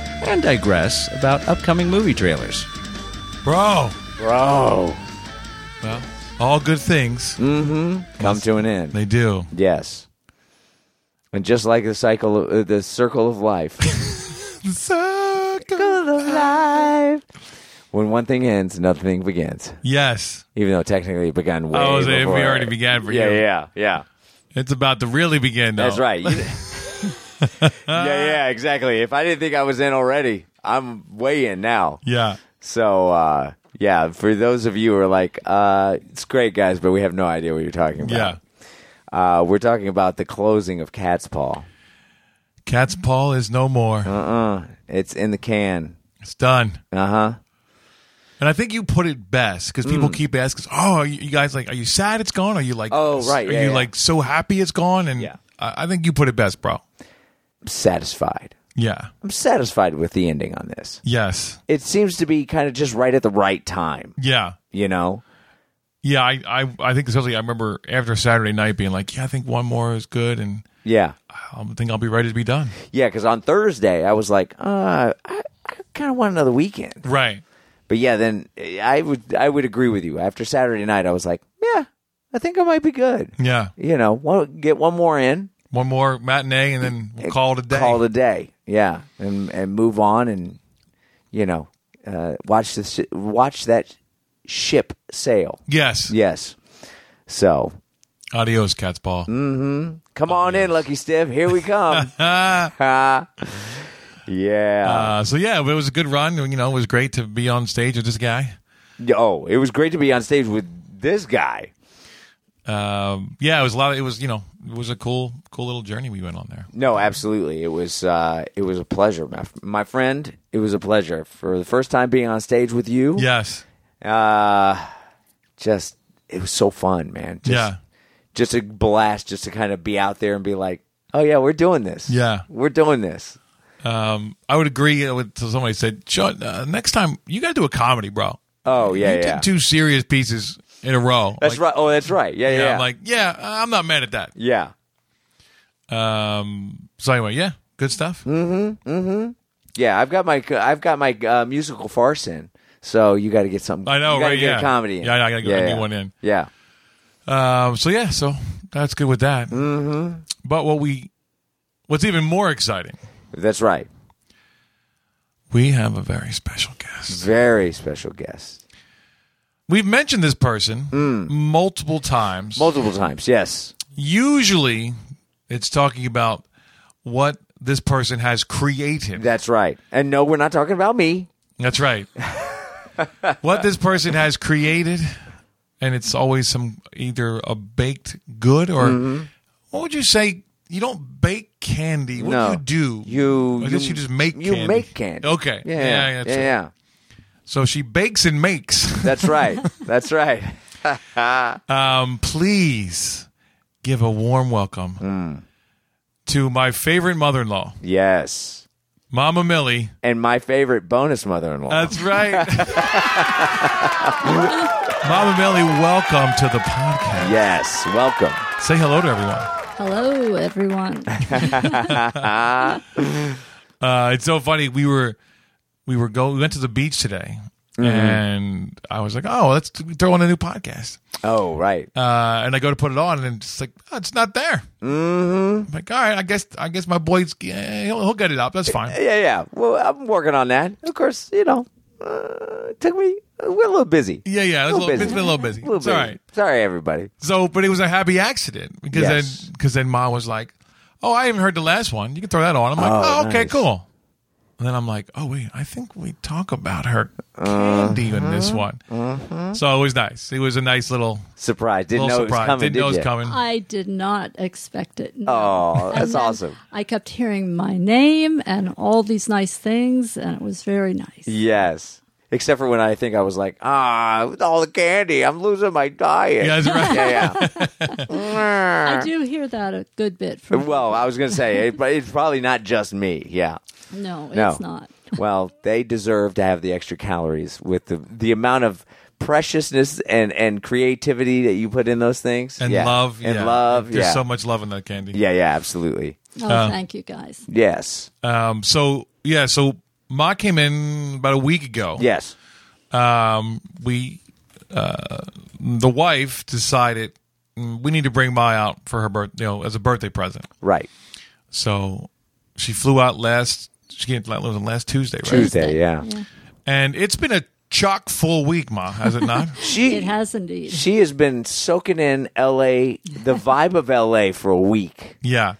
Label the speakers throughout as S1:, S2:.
S1: and digress about upcoming movie trailers.
S2: Bro,
S1: Bro, Mm.
S2: well, all good things
S1: come to an end.
S2: they do.
S1: Yes, and just like the cycle, uh, the circle of life,
S2: Sucker.
S1: circle of life. When one thing ends, another thing begins.
S2: Yes,
S1: Even though technically it began way
S2: Oh, so if we
S1: before-
S2: already began for
S1: yeah,
S2: you. Oh.
S1: Yeah, yeah,
S2: it's about to really begin. Though.
S1: That's right. You- yeah, yeah, exactly. If I didn't think I was in already, I'm way in now.
S2: Yeah.
S1: So uh, yeah, for those of you who are like, uh, it's great, guys, but we have no idea what you're talking
S2: Yeah.
S1: about. Yeah, uh, we're talking about the closing of Cat's Paw.
S2: Cat's Paul is no more.
S1: Uh-huh. It's in the can.
S2: It's done.
S1: Uh huh.
S2: And I think you put it best because people
S1: Mm.
S2: keep asking, "Oh, are you you guys like, are you sad it's gone? Are you like,
S1: Oh,
S2: s-
S1: right,
S2: Are
S1: yeah,
S2: you
S1: yeah.
S2: like so happy it's gone?" And
S1: Yeah.
S2: I, I think you put it best, bro.
S1: I'm satisfied.
S2: Yeah.
S1: I'm satisfied with the ending on this.
S2: Yes.
S1: It seems to be kind of just right at the right time.
S2: Yeah.
S1: You know.
S2: Yeah. I, I, I think especially I remember after Saturday night being like, "Yeah, I think one more is good," and
S1: Yeah.
S2: I think I'll be ready to be done.
S1: Yeah. Because on Thursday I was like, uh, I, I kind of want another weekend.
S2: Right.
S1: But yeah, then eh, I would I would agree with you. After Saturday night, I was like, yeah, I think I might be good.
S2: Yeah.
S1: You know, one, get one more in,
S2: One more matinee and then we'll call it a day.
S1: call it a day. Yeah, and and move on, and you know, uh, watch this watch that ship sail.
S2: yes.
S1: Yes. So
S2: Adios, cat's paw.
S1: Mm. come on in, Lucky Stiff. Here we come. yeah.
S2: Uh, so yeah, it was a good run. You know, it was great to be on stage with this guy.
S1: oh, it was great to be on stage with this guy.
S2: Um, yeah, it was a lot. Of, it was you know, it was a cool, cool little journey we went on there.
S1: No, absolutely. It was uh, it was a pleasure, my, my friend. It was a pleasure for the first time being on stage with you.
S2: Yes.
S1: Uh, just it was so fun, man. Just,
S2: Yeah.
S1: Just a blast, just to kind of be out there and be like, oh yeah, we're doing this.
S2: Yeah.
S1: we're doing this.
S2: Um, I would agree with so somebody said, Sean, uh, next time you got to do a comedy, bro.
S1: Oh yeah,
S2: you
S1: yeah.
S2: did two serious pieces in a row.
S1: that's
S2: Like,
S1: right. Oh, that's right. Yeah, yeah.
S2: yeah,
S1: Yeah.
S2: I'm like, yeah, I'm not mad at that.
S1: yeah.
S2: Um, so anyway, yeah, good stuff.
S1: Yeah, I've got my I've got my uh, musical farce in. So you got to get something.
S2: I know,
S1: you gotta
S2: right,
S1: Get
S2: yeah.
S1: a comedy. In.
S2: Yeah, I gotta go- I
S1: yeah,
S2: need
S1: yeah.
S2: one in.
S1: Yeah,
S2: Um, so yeah, so that's good with that. Mm-hmm. But what we, what's even more exciting,
S1: that's right.
S2: we have a very special guest.
S1: Very special guest.
S2: We've mentioned this person multiple times.
S1: Multiple times. Yes.
S2: Usually, it's talking about what this person has created.
S1: That's right. And no, we're not talking about me.
S2: That's right. what this person has created, and it's always some either a baked good or
S1: Mm-hmm.
S2: what would you say? You don't bake candy. What
S1: No.
S2: do you do?
S1: You-
S2: I guess
S1: you-
S2: you, just make
S1: you
S2: candy.
S1: make candy.
S2: Okay.
S1: Yeah.
S2: Yeah.
S1: Yeah.
S2: that's it. So she bakes and makes.
S1: That's right. That's right.
S2: Um, please give a warm welcome
S1: Mm.
S2: to my favorite mother-in-law,
S1: Yes.
S2: Mama Millie.
S1: And my favorite bonus mother in law.
S2: That's right. Mama Millie, welcome to the podcast.
S1: yes. Welcome.
S2: Say hello to everyone.
S3: Hello, everyone.
S2: Uh, it's so funny. We were we were go we went to the beach today,
S1: Mm-hmm.
S2: and I was like, "Oh, let's throw on a new podcast."
S1: Oh, right.
S2: Uh, and I go to put it on, and it's like, oh, "It's not there." Mm-hmm. I'm like, all right, I guess I guess my boy's yeah, he'll, he'll get it up. That's fine.
S1: yeah. Yeah. Well, I'm working on that. Of course, you know, uh, it took me, we're a little busy.
S2: Yeah, yeah, it's, a
S1: Little
S2: little,
S1: busy.
S2: it's been a little busy.
S1: A little
S2: it's all
S1: busy.
S2: right.
S1: Sorry, everybody.
S2: So, but it was a happy accident because
S1: Yes.
S2: then because then Ma was like, "Oh, I haven't heard the last one. You can throw that on." I'm like, "Oh,
S1: Oh,
S2: okay,
S1: nice.
S2: cool." And then I'm like, oh wait, I think we talk about her
S1: Uh-huh.
S2: candy in this one. So it was nice. It was a nice little,
S1: Surprise. Didn't
S2: little
S1: know
S2: surprise.
S1: it was coming.
S2: Didn't
S1: did
S2: know it was
S1: ya?
S2: coming.
S4: I did not expect it. no.
S1: Oh,
S4: And
S1: that's
S4: then
S1: awesome.
S4: I kept hearing my name and all these nice things, and it was very nice.
S1: Yes. Except for when I think I was like, ah, with all the candy, I'm losing my diet.
S2: Yeah, that's right.
S1: yeah,
S4: I
S1: yeah.
S4: do hear that a good bit from.
S1: well, I was going to say, it, but it's probably not just me. Yeah.
S4: no, it's
S1: No.
S4: not.
S1: Well, they deserve to have the extra calories with the, the amount of preciousness and, and creativity that you put in those things.
S2: and
S1: Yeah.
S2: love.
S1: And
S2: yeah.
S1: love.
S2: There's
S1: yeah.
S2: so much love in that candy.
S1: yeah, yeah, absolutely.
S4: Oh,
S2: Uh,
S4: thank you guys.
S1: Yes.
S2: Um, so yeah, so Ma came in about a week ago.
S1: Yes.
S2: Um, we uh, the wife decided mm, we need to bring Ma out for her birth, you know, as a birthday present.
S1: Right.
S2: So she flew out last. She came out was it last Tuesday, right?
S1: Tuesday, yeah.
S2: And it's been a chock full week, Ma, has it not?
S1: She
S4: It has indeed.
S1: she has been soaking in LA, the vibe of LA for a week.
S2: yeah.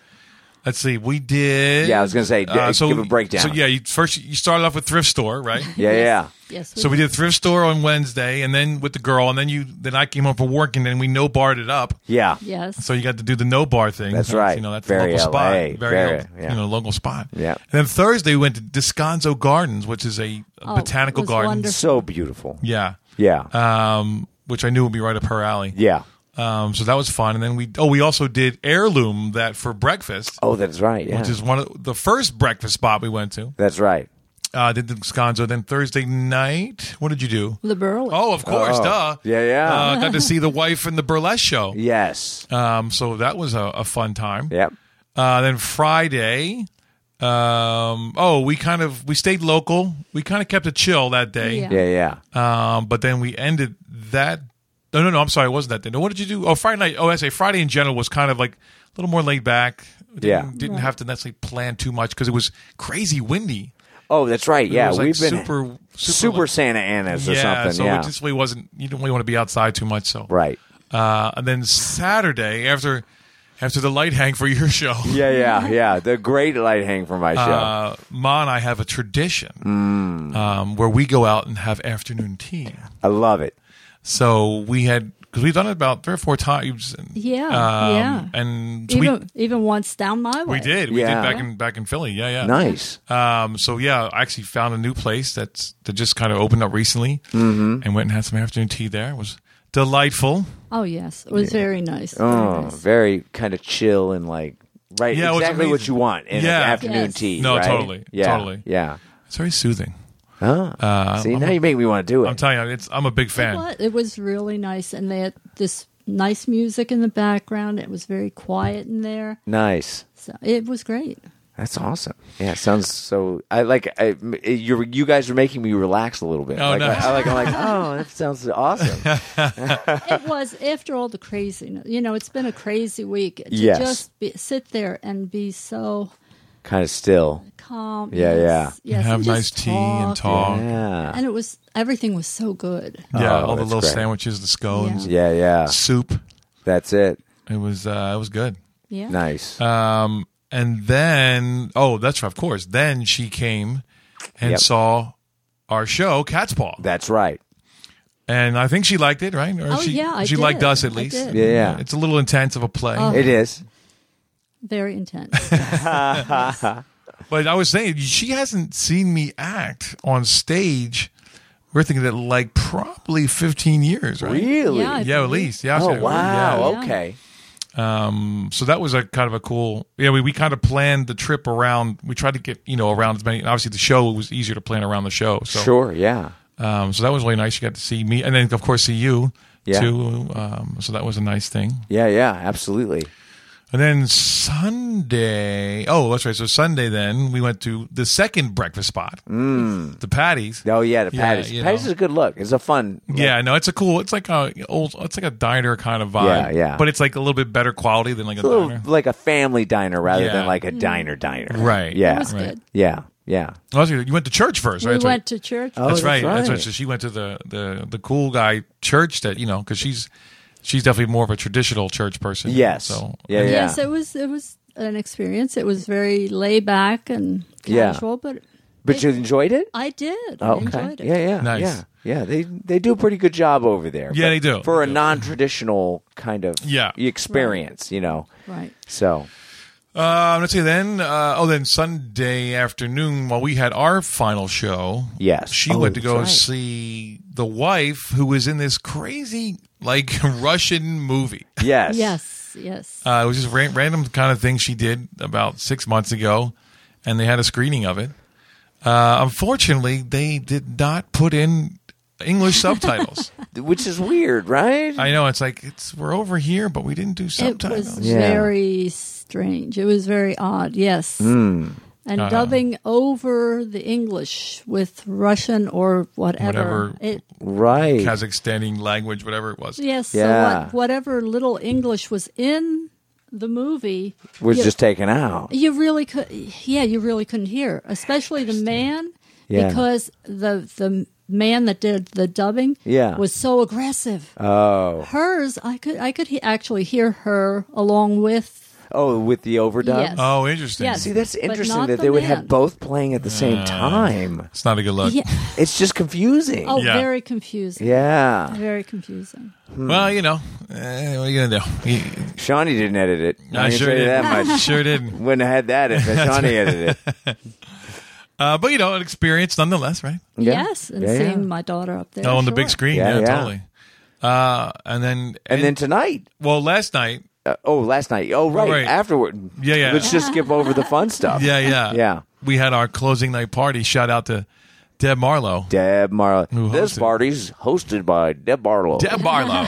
S2: Let's see. We did. uh,
S1: Yeah, I was gonna say, d- give a breakdown.
S2: So yeah, you, first you started off with thrift store, right?
S1: Yeah, yeah.
S4: Yes.
S2: So we did thrift store on Wednesday, and then with the girl, and then you, then I came home from work, and then we no barred it up.
S1: Yeah.
S4: Yes.
S2: So you got to do the no bar thing.
S1: That's
S2: So,
S1: right.
S2: You know that's
S1: Very
S2: a local spot,
S1: LA, very,
S2: lo-
S1: yeah.
S2: you know local spot.
S1: Yeah.
S2: And then Thursday we went to Descanso Gardens, which is a
S4: Oh,
S2: botanical
S4: it was
S2: garden.
S4: wonderful.
S1: So beautiful.
S2: Yeah.
S1: Yeah.
S2: Um, which I knew would be right up her alley.
S1: yeah.
S2: Um, so that was fun, and then we oh we also did heirloom that for breakfast,
S1: Oh, that's right. Yeah.
S2: which is one of the first breakfast spot we went to.
S1: that's right.
S2: Uh, did the Descanso. Then Thursday night, what did you do?
S4: the Burley.
S2: Oh, of course,
S1: Oh.
S2: duh.
S1: Yeah, yeah.
S2: Uh, got to see the wife in the burlesque show.
S1: Yes.
S2: Um, so that was a, a fun time.
S1: Yep.
S2: Uh, then Friday, um, oh, we kind of we stayed local. We kind of kept it chill that day.
S4: Yeah.
S1: Yeah, yeah.
S2: Um, but then we ended that. No, no, no. I'm sorry, it wasn't that day. No, what did you do? Oh, Friday night. Oh, I say Friday in general was kind of like a little more laid back. Didn't,
S1: Yeah.
S2: didn't have to necessarily plan too much because it was crazy windy.
S1: Oh, that's right.
S2: It
S1: Yeah.
S2: was, like,
S1: We've been
S2: super super,
S1: super
S2: like-
S1: Santa Ana's or
S2: yeah,
S1: something.
S2: so
S1: yeah.
S2: it just really wasn't. You didn't really want to be outside too much. So
S1: right.
S2: Uh, and then Saturday after after the light hang for your show,
S1: Yeah, yeah, yeah. The great light hang for my show.
S2: uh, Ma and I have a tradition
S1: Mm.
S2: um, where we go out and have afternoon tea.
S1: I love it.
S2: So we had because we've done it about three or four times. and,
S4: Yeah,
S2: um,
S4: yeah.
S2: and so we
S4: even even once down my way.
S2: we did we
S1: Yeah.
S2: did back in back in Philly. Yeah, yeah.
S1: Nice.
S2: Um, so yeah, I actually found a new place that's that just kind of opened up recently, mm-hmm. and went and had some afternoon tea there. It was delightful.
S4: Oh yes, it was very nice.
S2: uh,
S4: very
S1: Oh,
S4: nice.
S1: very kind of chill and like right
S2: Yeah, it was
S1: exactly what
S2: amazing.
S1: you want in
S2: Yeah.
S1: an afternoon
S4: Yes.
S1: tea.
S2: No,
S1: right?
S2: totally,
S1: Yeah,
S2: totally.
S1: Yeah.
S2: It's very soothing.
S1: Huh.
S2: Uh,
S1: See,
S2: I'm
S1: now
S2: a-
S1: you make me want to do it.
S2: I'm telling you, it's I'm a big fan.
S4: It was, it was really nice, and they had this nice music in the background. It was very quiet in there,
S1: nice.
S4: so it was great.
S1: That's awesome. Yeah, it sounds so. I like. I, you you guys are making me relax a little bit.
S2: Oh,
S1: like,
S2: nice.
S1: I, I like. I'm like. Oh, that sounds awesome.
S4: it was after all the craziness. You know, it's been a crazy week to
S1: Yes.
S4: just be, sit there and be so
S1: kind of still.
S4: calm.
S1: Yeah,
S4: yes,
S2: And
S4: Yes, and
S2: have
S4: just
S2: nice tea and talk.
S1: Yeah.
S4: And it was everything was so good.
S2: Yeah,
S1: Oh,
S2: all the
S1: that's
S2: little
S1: great.
S2: sandwiches, the scones,
S1: Yeah, yeah.
S2: soup.
S1: That's it.
S2: It was uh, it was good.
S4: Yeah,
S1: Nice.
S2: Um, and then oh, that's right, of course. Then she came and
S1: Yep.
S2: saw our show, Cat's Paw,
S1: That's right.
S2: and I think she liked it, right? Or
S4: Oh,
S2: she,
S4: yeah, I
S2: she liked
S4: did.
S2: us at
S4: I
S2: least.
S4: did. Uh,
S1: Yeah, yeah.
S2: It's a little intense of a play,
S1: It is.
S4: very intense.
S2: but I was saying she hasn't seen me act on stage. We're thinking that like probably fifteen years, right?
S1: Really.
S4: Yeah, I
S2: Yeah, at
S4: believe-
S2: least. Yeah. I
S1: Oh
S2: said- yeah. um,
S1: wow.
S4: Yeah.
S1: Okay.
S2: so that was a kind of a cool yeah we, we kind of planned the trip around we tried to get you know around as many and obviously the show it was easier to plan around the show so
S1: Sure. Yeah.
S2: um, so that was really nice you got to see me and then of course see you
S1: Yeah.
S2: too um, so that was a nice thing
S1: Yeah. Yeah. Absolutely.
S2: and then sunday oh that's right so sunday then we went to the second breakfast spot the patties
S1: Oh yeah. The
S2: Yeah,
S1: Patties.
S2: you
S1: Patties
S2: know.
S1: is a good look. It's a fun.
S2: yeah, no, it's a cool. It's like a old. It's like a diner kind of vibe.
S1: Yeah, yeah.
S2: But it's like a little bit better quality than like a
S1: a little
S2: diner.
S1: like a family diner rather
S2: Yeah.
S1: than like a diner diner.
S2: Right.
S1: Yeah.
S4: It was
S2: Right.
S4: good.
S1: Yeah. Yeah.
S2: Oh, so you went to church first, right?
S4: We
S2: That's right.
S4: went to church.
S1: Oh,
S2: That's right. That's
S1: right.
S2: right. So she went to the, the, the cool guy church that you know because she's she's definitely more of a traditional church person.
S1: Yes.
S2: So
S1: yeah. Yeah.
S4: Yes, it was. It was an experience. It was very laid back and
S1: Yeah.
S4: casual, but
S1: But you enjoyed it? Oh,
S4: I did. I
S1: Okay.
S4: enjoyed it.
S1: Yeah, yeah,
S2: Nice.
S1: yeah, yeah. They they do a pretty good job over there.
S2: Yeah,
S1: But
S2: they do.
S1: for a
S2: They do.
S1: non-traditional kind of
S2: Yeah.
S1: experience, you know.
S4: Right.
S1: So
S2: Uh, let's see. Then, uh, oh, then Sunday afternoon, while we had our final show,
S1: Yes.
S2: she
S1: Oh,
S2: went to
S1: that's
S2: go
S1: right.
S2: see the wife who was in this crazy like Russian movie.
S1: yes,
S4: Yes, yes.
S2: Uh, it was just a ran- random kind of thing she did about six months ago, and they had a screening of it. Uh, unfortunately, they did not put in English subtitles.
S1: which is weird, right?
S2: I know it's like it's we're over here, but we didn't do
S4: it
S2: subtitles.
S4: was
S1: Yeah.
S4: very strange. It was very odd. Yes.
S1: Hmm.
S4: And
S2: Uh,
S4: dubbing over the English with Russian or whatever.
S2: Whatever.
S4: It,
S1: right.
S2: Kazakhstani language, whatever it was.
S4: yes. So
S1: Yeah.
S4: what, whatever little English was in the movie
S1: was
S4: you-
S1: just taken out.
S4: you really could yeah you really couldn't hear especially the man
S1: Yeah.
S4: because the the man that did the dubbing
S1: Yeah.
S4: was so aggressive
S1: Oh,
S4: hers i could i could he- actually hear her along with
S1: oh, with the overdub.
S4: Yes.
S2: Oh, interesting.
S4: Yes.
S1: See, that's
S4: But
S1: interesting
S4: not
S1: that
S4: the
S1: they would
S4: man.
S1: have both playing at the
S2: Uh.
S1: same time.
S2: It's not a good look.
S4: yeah
S1: It's just confusing.
S4: oh
S2: uh, Yeah.
S4: very confusing
S1: Yeah,
S4: very confusing
S2: Well, you know, eh, what are you gonna do? You-
S1: Shawnee didn't edit it.
S2: I
S1: can
S2: sure
S1: tell you
S2: didn't.
S1: that much.
S2: Sure didn't.
S1: Wouldn't have had that if Shawnee edited it.
S2: Uh, but you know, an experience nonetheless, right?
S1: Yeah.
S4: yes and
S1: Yeah, yeah.
S4: seeing my daughter up there
S2: oh, on the big
S4: sure.
S2: screen,
S1: Yeah,
S2: yeah,
S1: yeah.
S2: totally. Uh, and then,
S1: And then tonight,
S2: well, last night,
S1: uh, oh, last night, oh, right,
S2: right.
S1: afterward.
S2: Yeah, yeah.
S1: Let's just skip over the fun stuff.
S2: yeah, yeah,
S1: Yeah.
S2: we had our closing night party. Shout out to Deb Marlowe.
S1: Deb Marlowe.
S2: Who
S1: This
S2: hosted?
S1: party's hosted by Deb Marlowe.
S2: Deb Marlowe,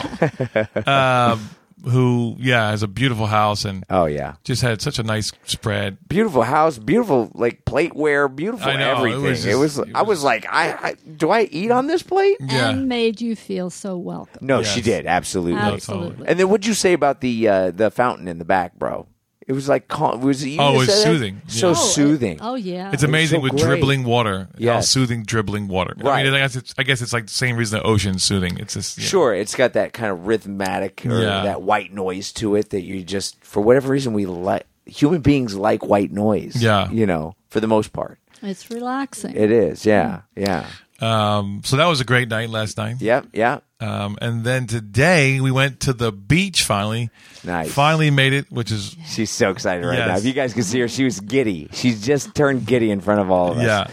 S2: uh, who, yeah, has a beautiful house and
S1: Oh yeah,
S2: just had such a nice spread.
S1: beautiful house, beautiful like plateware, beautiful
S2: I know, it
S1: everything. It
S2: was
S1: was,
S2: just- it
S1: I was
S2: was-
S1: like, I, I do I eat on this plate?
S2: Yeah.
S4: and made you feel so welcome
S1: No,
S2: Yes.
S1: she did absolutely.
S4: absolutely
S1: And then what'd you say about the uh, the fountain in the back, bro? It was like calm. Was it you
S2: Oh, it
S1: that
S2: was
S1: said that?
S2: soothing. Yeah.
S1: So
S4: Oh, it-
S1: soothing.
S4: oh yeah
S2: It's amazing
S1: so
S2: with
S1: great.
S2: dribbling water. How
S1: Yes.
S2: soothing dribbling water. I,
S1: Right.
S2: mean, I, guess it's, I guess it's like the same reason the ocean's soothing. It's just yeah.
S1: Sure, it's got that kind of rhythmatic or
S2: Yeah.
S1: that white noise to it that you just, for whatever reason, we like. Human beings like white noise.
S2: Yeah.
S1: you know, for the most part,
S4: it's relaxing
S1: it is. Yeah, yeah,
S2: Um, so that was a great night last night.
S1: yep, yeah.
S2: Um, and then today we went to the beach finally.
S1: Nice.
S2: Finally made it, which is
S1: She's so excited right
S2: Yes.
S1: now. If you guys could see her, she was giddy. She's just turned giddy in front of all of us.
S2: yeah.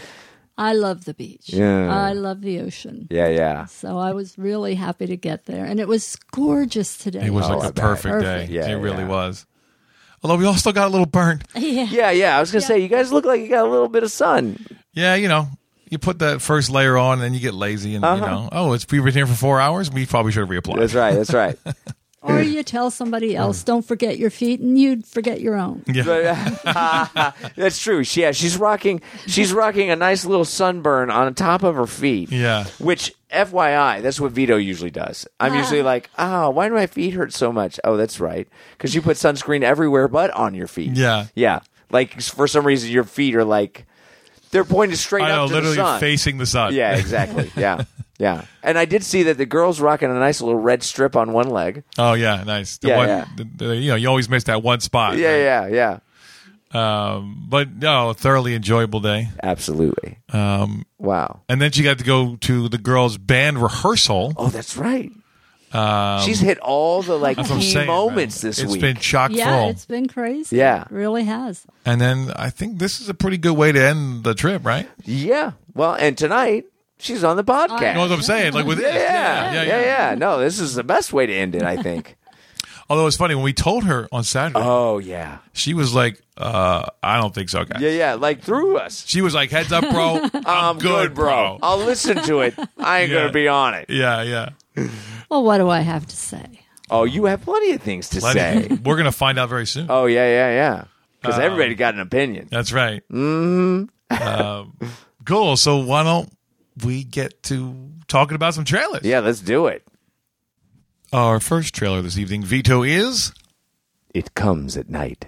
S4: i love the beach
S1: Yeah.
S4: i love the ocean
S1: yeah, yeah.
S4: So I was really happy to get there, and it was gorgeous today.
S2: It was
S1: Oh,
S2: like
S1: I
S2: a
S1: bet.
S2: perfect,
S4: Perfect.
S2: day.
S1: Yeah,
S2: it really
S1: yeah.
S2: was. Although we all still got a little burnt.
S1: Yeah, yeah. I was gonna say, you guys look like you got a little bit of sun.
S2: Yeah, you know, you put that first layer on, and then you get lazy, and
S1: Uh-huh.
S2: you know, oh, it's we've been here for four hours. We probably should have reapplied.
S1: That's right. That's right.
S4: Or you tell somebody else, "Don't forget your feet," and you'd forget your own.
S2: Yeah.
S1: That's true. She, yeah, she's rocking. She's rocking a nice little sunburn on top of her feet.
S2: Yeah.
S1: Which, FYI, that's what Vito usually does. I'm usually like, oh, why do my feet hurt so much? Oh, that's right, because you put sunscreen everywhere but on your feet.
S2: Yeah.
S1: Yeah. Like for some reason, your feet are like they're pointed straight
S2: I know,
S1: up to
S2: literally
S1: the sun.
S2: facing the sun.
S1: yeah. Exactly. yeah. Yeah. And I did see that the girl's rocking a nice little red strip on one leg.
S2: Oh yeah, nice. The
S1: Yeah,
S2: one,
S1: yeah.
S2: the- the- you know, you always miss that one spot.
S1: Yeah. Yeah. Yeah.
S2: Um, but no, thoroughly enjoyable day.
S1: Absolutely. Um. Wow.
S2: And then she got to go to the girls' band rehearsal.
S1: Oh, that's right. She's hit all the like
S2: Um, That's what I'm
S1: key
S2: saying, man.
S1: moments this week.
S2: It's been chock
S4: Yeah,
S2: full.
S4: it's been crazy.
S1: Yeah.
S4: it really has.
S2: And then I think this is a pretty good way to end the trip, right?
S1: yeah. Well, and tonight she's on the podcast.
S2: You know what I'm saying? Like with
S1: yeah,
S2: this.
S1: yeah, yeah,
S2: yeah, yeah.
S1: No, this is the best way to end it, I think.
S2: Although it's funny when we told her on Saturday,
S1: oh yeah,
S2: she was like, uh, "I don't think so, guys."
S1: yeah, yeah. Like through us.
S2: She was like, "Heads up, bro. I'm,
S1: I'm good, bro. I'll listen to it. I ain't
S2: Yeah.
S1: gonna be on it.
S2: Yeah, yeah.
S4: Well, what do I have to say?
S1: Oh, you have plenty of things to
S2: Let
S1: say.
S2: it- We're gonna find out very soon.
S1: oh yeah, yeah, yeah. Because
S2: Um,
S1: everybody got an opinion.
S2: That's right. Mm-hmm. cool. So why don't we get to talking about some trailers?
S1: Yeah, let's do it.
S2: Our first trailer this evening, Vito is.
S1: It comes at night.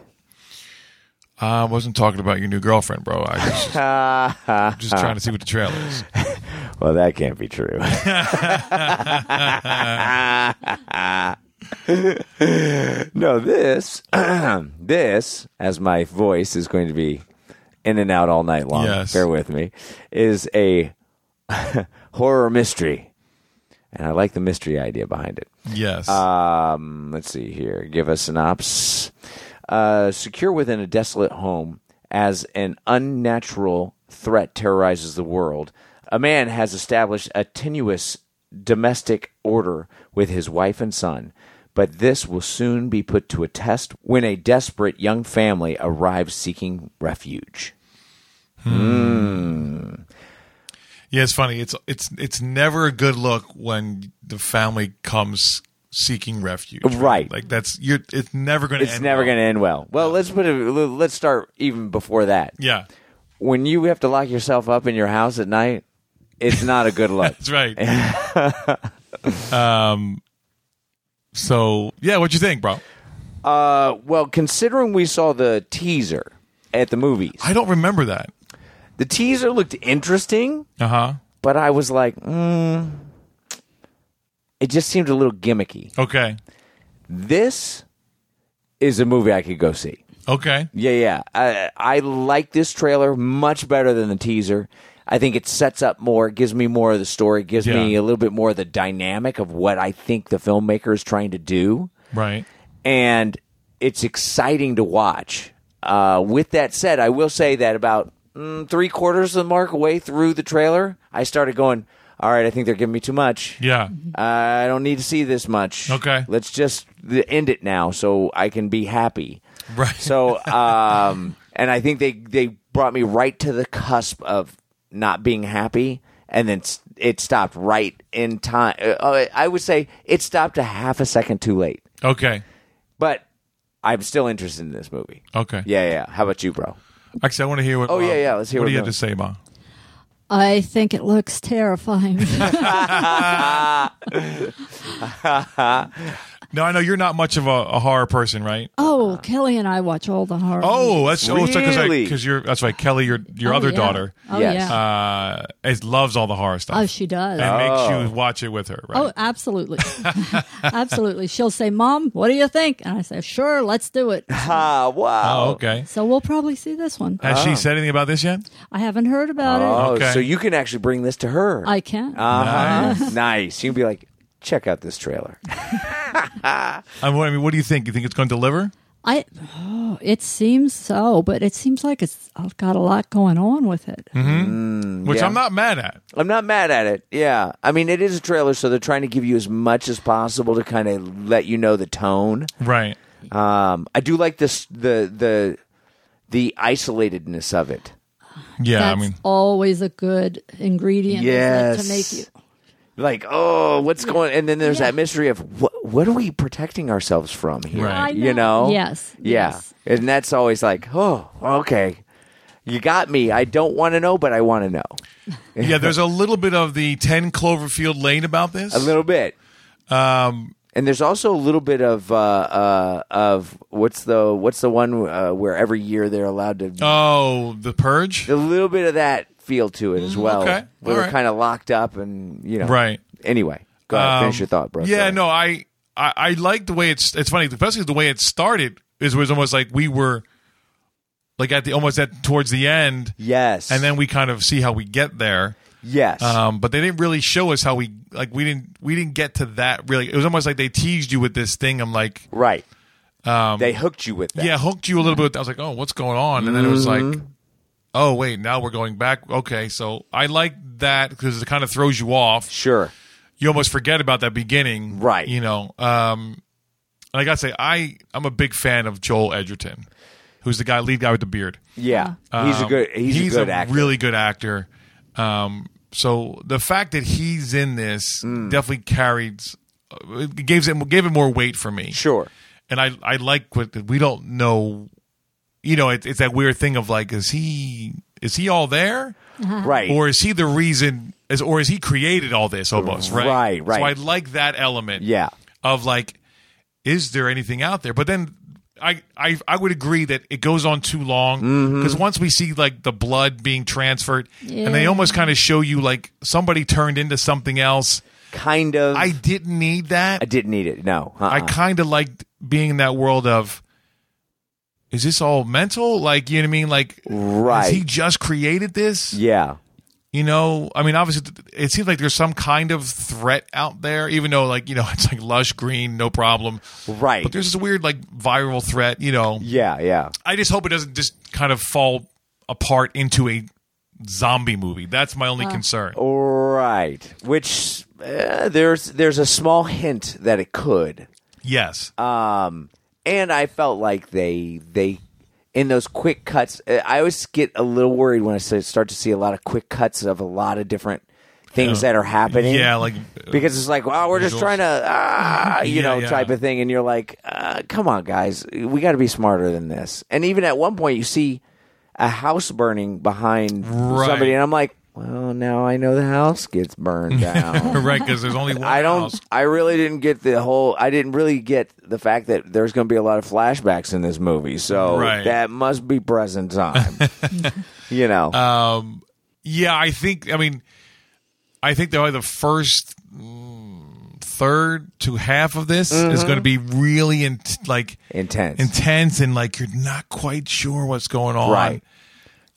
S2: I wasn't talking about your new girlfriend, bro. I was
S1: well,
S2: just trying to see what the trailer is.
S1: that can't be true. no, this, this, as my voice is going to be in and out all night long.
S2: Yes.
S1: Bear with me. Is a horror mystery, and I like the mystery idea behind it.
S2: Yes.
S1: Um, let's see here. Give a synopsis. Uh, secure within a desolate home as an unnatural threat terrorizes the world, a man has established a tenuous domestic order with his wife and son. But this will soon be put to a test when a desperate young family arrives seeking refuge.
S2: yeah, it's funny. It's it's it's never a good look when the family comes seeking refuge.
S1: Right.
S2: Like that's you're. It's never going to.
S1: It's never going to end well. Well, let's put it. Let's start even before that.
S2: Yeah.
S1: when you have to lock yourself up in your house at night, it's not a good look.
S2: That's right. um. So yeah, what you think, bro?
S1: Uh, well, considering we saw the teaser at the movies,
S2: I don't remember that.
S1: the teaser looked interesting,
S2: Uh huh.
S1: but I was like, mm, it just seemed a little gimmicky.
S2: Okay.
S1: This is a movie I could go see.
S2: Okay.
S1: Yeah, yeah. I, I like this trailer much better than the teaser. I think it sets up more, it gives me more of the story, it gives me
S2: Yeah.
S1: a little bit more of the dynamic of what I think the filmmaker is trying to do.
S2: Right.
S1: and it's exciting to watch. Uh, with that said, I will say that about mm, three quarters of the mark away through the trailer, I started going, "All right, I think they're giving me too much.
S2: Yeah.
S1: I don't need to see this much.
S2: Okay.
S1: let's just th- end it now, so I can be happy."
S2: Right.
S1: So, um, and I think they they brought me right to the cusp of not being happy, and then s- it stopped right in time. Uh, I would say it stopped a half a second too late
S2: Okay.
S1: but I'm still interested in this movie.
S2: Okay.
S1: Yeah, yeah. How about you, bro?
S2: Actually, I want to hear what.
S1: Oh,
S2: Rob-
S1: yeah, yeah, let's hear
S2: what
S1: what
S2: do you
S1: Rob-
S2: have to say, Ma.
S4: I think it looks terrifying.
S2: No, I know you're not much of a, a horror person, right?
S4: oh, Kelly and I watch all the horror.
S2: Oh, that's oh,
S1: Really?
S2: because you're that's right. Kelly, your your
S4: Oh,
S2: other
S4: yeah.
S2: daughter,
S4: Oh
S1: Yes.
S4: yeah.
S2: uh, is loves all the horror stuff.
S4: oh, she does.
S2: and makes you watch it with her, right?
S4: Oh, absolutely. absolutely. She'll say, Mom, what do you think? And I say, Sure, let's do it.
S1: Ah, wow.
S2: Oh, okay.
S4: So we'll probably see this one.
S2: Has she said anything about this yet?
S4: I haven't heard about it.
S1: Oh,
S2: Okay.
S1: so you can actually bring this to her.
S4: I can't.
S1: uh-huh. nice. You can be like, check out this trailer.
S2: I mean, what- I mean, what do you think? You think it's going to deliver?
S4: I oh, it seems so, but it seems like it's I've got a lot going on with it.
S2: Which
S1: yeah.
S2: I'm not mad at.
S1: I'm not mad at it. Yeah, I mean, it is a trailer, so they're trying to give you as much as possible to kind of let you know the tone.
S2: Right.
S1: Um, I do like this the the the isolatedness of it.
S2: Yeah.
S4: That's
S2: I mean,
S4: always a good ingredient isn't it, to make
S1: Yes.
S4: you.
S1: Like, oh, what's going? And then there's
S4: Yeah.
S1: that mystery of what what are we protecting ourselves from here?
S2: Right. I
S1: You know?
S4: Yes.
S1: Yeah.
S4: Yes.
S1: And that's always like, oh, okay. You got me. I don't want to know, but I want to know.
S2: yeah. There's a little bit of the Ten Cloverfield Lane about this.
S1: A little bit. Um,
S2: Um,
S1: and there's also a little bit of uh, uh, of what's the what's the one uh, where every year they're allowed to
S2: Oh, the Purge.
S1: a little bit of that feel to it as well.
S2: Mm, okay.
S1: We were
S2: All right.
S1: kind of locked up and you know.
S2: Right.
S1: Anyway, go ahead, finish
S2: Um,
S1: your thought, bro.
S2: Yeah,
S1: Sorry.
S2: no, I, I I like the way it's it's funny, especially the way it started is was almost like we were like at the almost at towards the end,
S1: Yes.
S2: and then we kind of see how we get there.
S1: yes.
S2: Um, but they didn't really show us how we like we didn't we didn't get to that really. It was almost like they teased you with this thing. I'm like,
S1: right. they hooked you with that.
S2: Um, yeah, hooked you a little bit. with- I was like, oh, what's going on? And then it was like,
S1: Mm-hmm.
S2: oh wait, now we're going back. Okay, so I like that because it kind of throws you off.
S1: Sure.
S2: you almost forget about that beginning,
S1: Right.
S2: You know, um, and I gotta say, I I'm a big fan of Joel Edgerton, who's the guy lead guy with the beard.
S1: Yeah. he's a
S2: Um,
S1: good he's, a good actor.
S2: really good actor. Um, so the fact that he's in this
S1: Mm.
S2: definitely carried, it gave it gave it more weight for me.
S1: Sure.
S2: and I I like what we don't know. You know, it, it's that weird thing of like, is he is he all there?
S1: Right.
S2: or is he the reason is or is he created all this almost right
S1: Right, right.
S2: so i like that element
S1: Yeah.
S2: of like is there anything out there but then i i, I would agree that it goes on too long
S1: Mm-hmm.
S2: because once we see like the blood being transferred and they
S4: Yeah.
S2: almost kind of show you like somebody turned into something else
S1: kind of
S2: i didn't need that
S1: I didn't need it. No. Uh-uh.
S2: I kind of liked being in that world of is this all mental? Like, you know what I mean? Like,
S1: Right.
S2: has he just created this?
S1: Yeah.
S2: You know, I mean, obviously, th- it seems like there's some kind of threat out there, even though, like, you know, it's like lush green, no problem.
S1: Right.
S2: But there's this weird, like, viral threat, you know.
S1: Yeah, yeah.
S2: I just hope it doesn't just kind of fall apart into a zombie movie. That's my only concern.
S1: Right. Which uh, there's there's a small hint that it could.
S2: Yes.
S1: Um, and I felt like they they in those quick cuts. uh, I always get a little worried when I s- start to see a lot of quick cuts of a lot of different things that are happening.
S2: yeah, like, uh,
S1: because it's like, wow, we're just
S2: visuals.
S1: trying to, ah, you
S2: Yeah,
S1: know,
S2: yeah.
S1: type of thing, and you're like, uh, come on, guys, we got to be smarter than this. And even at one point, you see a house burning behind
S2: Right.
S1: somebody, and I'm like, well, now I know the house gets burned down.
S2: right, because there's only one
S1: I don't.
S2: house.
S1: I really didn't get the whole. I didn't really get the fact that there's going to be a lot of flashbacks in this movie. So
S2: Right.
S1: that must be present time. you know.
S2: Uh, Yeah, I think. I mean, I think that the first mm, third to half of this is going to be really in, like
S1: Mm-hmm. Intense.
S2: intense, and like you're not quite sure what's going on.
S1: Right.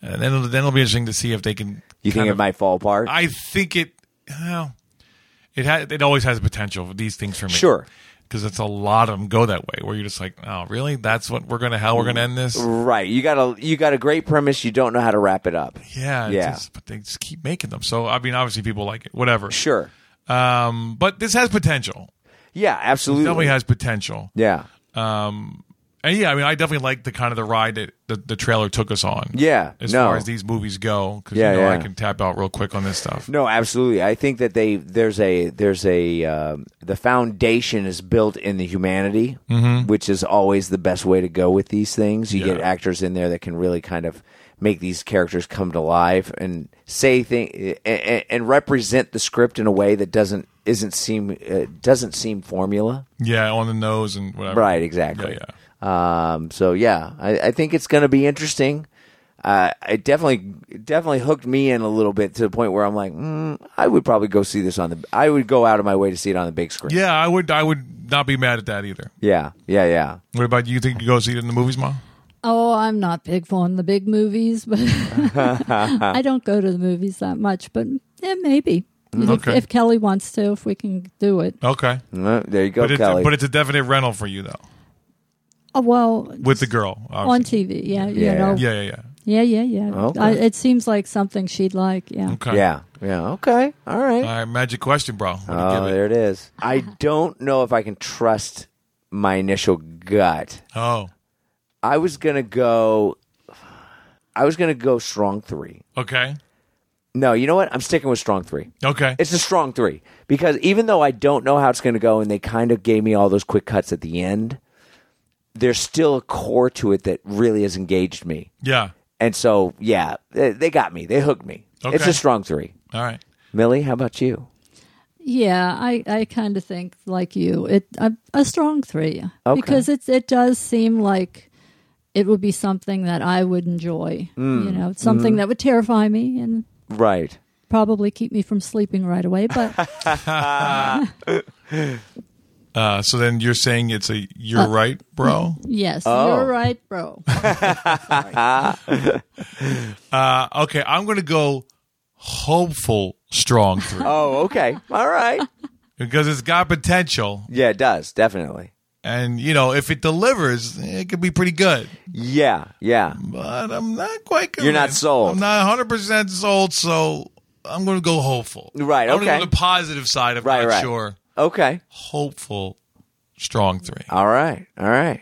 S2: And then, it'll- then it'll be interesting to see if they can.
S1: you think
S2: kind
S1: it
S2: of-
S1: might fall apart?
S2: I think it. Well, it has. It always has potential. These things for me,
S1: Sure.
S2: because it's a lot of them go that way. Where you're just like, oh, really? That's what we're gonna how we're gonna end this?
S1: right. You got a. You got a great premise. You don't know how to wrap it up.
S2: Yeah, it's
S1: Yeah.
S2: just- but they just keep making them. So I mean, obviously people like it. Whatever.
S1: Sure.
S2: Um, but this has potential.
S1: Yeah. Absolutely.
S2: Definitely has potential.
S1: yeah.
S2: And yeah, I mean, I definitely like the kind of the ride that the, the trailer took us on.
S1: Yeah,
S2: as
S1: no.
S2: far as these movies go, because
S1: Yeah,
S2: you know I
S1: yeah.
S2: can tap out real quick on this stuff.
S1: No, absolutely. I think that they there's a there's a um, the foundation is built in the humanity, which is always the best way to go with these things. You get
S2: Yeah.
S1: actors in there that can really kind of make these characters come to life and say thing and, and represent the script in a way that doesn't isn't seem uh, doesn't seem formula.
S2: Yeah, on the nose and whatever.
S1: Right, exactly.
S2: Yeah, yeah.
S1: Um, so yeah, I, I think it's going to be interesting. Uh, it definitely it definitely hooked me in a little bit to the point where I'm like, mm, I would probably go see this on the. I would go out of my way to see it on the big screen.
S2: Yeah, I would. I would not be mad at that either.
S1: Yeah, yeah, yeah.
S2: What about you? You Think you go see it in the movies, mom?
S4: Oh, I'm not big on the big movies, but I don't go to the movies that much. But eh, maybe If-
S2: Okay.
S4: if, Kelly wants to, if we can do it.
S2: Okay,
S1: Mm, There you go,
S2: but it's
S1: Kelly.
S2: but it's a definite rental for you though
S4: Oh, well,
S2: with the girl.
S4: on
S2: Obviously.
S4: TV, yeah,
S1: Yeah.
S4: you know, yeah,
S2: Yeah, yeah, yeah.
S4: yeah, yeah. I,
S1: Okay.
S4: it seems like something she'd like. Yeah,
S2: Okay.
S1: yeah, yeah. Okay, all right.
S2: All right, magic question, bro. What do you
S1: oh,
S2: give it?
S1: there it is. I don't know if I can trust my initial gut.
S2: Oh,
S1: I was gonna go. I was gonna go strong three.
S2: okay,
S1: No, you know what? I'm sticking with strong three.
S2: okay.
S1: It's a strong three because even though I don't know how it's going to go, and they kind of gave me all those quick cuts at the end, there's still a core to it that really has engaged me.
S2: yeah.
S1: And so, yeah, they, they got me. They hooked me. It's
S2: Okay.
S1: a strong three.
S2: All right.
S1: Millie, how about you?
S4: yeah. I, I kind of think like you, it a, a strong three
S1: Okay.
S4: because it's it does seem like it would be something that I would enjoy.
S1: Mm.
S4: You know, it's something that would terrify me and
S1: Right.
S4: probably keep me from sleeping right away, but.
S2: Uh, so then you're saying it's a you're right, bro.
S4: Yes,
S1: Oh.
S4: you're right, bro.
S2: Uh, okay, I'm going to go hopeful strong three
S1: Oh, okay. All right.
S2: because it's got potential,
S1: Yeah, it does definitely.
S2: and you know if it delivers, it could be pretty good.
S1: Yeah, yeah.
S2: But I'm not quite. Convinced.
S1: You're not sold.
S2: I'm not 100 percent sold, so I'm going to go hopeful.
S1: Right,
S2: I'm gonna
S1: okay.
S2: go to the positive side. I'm
S1: Right,
S2: not
S1: right.
S2: sure.
S1: Okay.
S2: Hopeful strong three.
S1: All right. All right.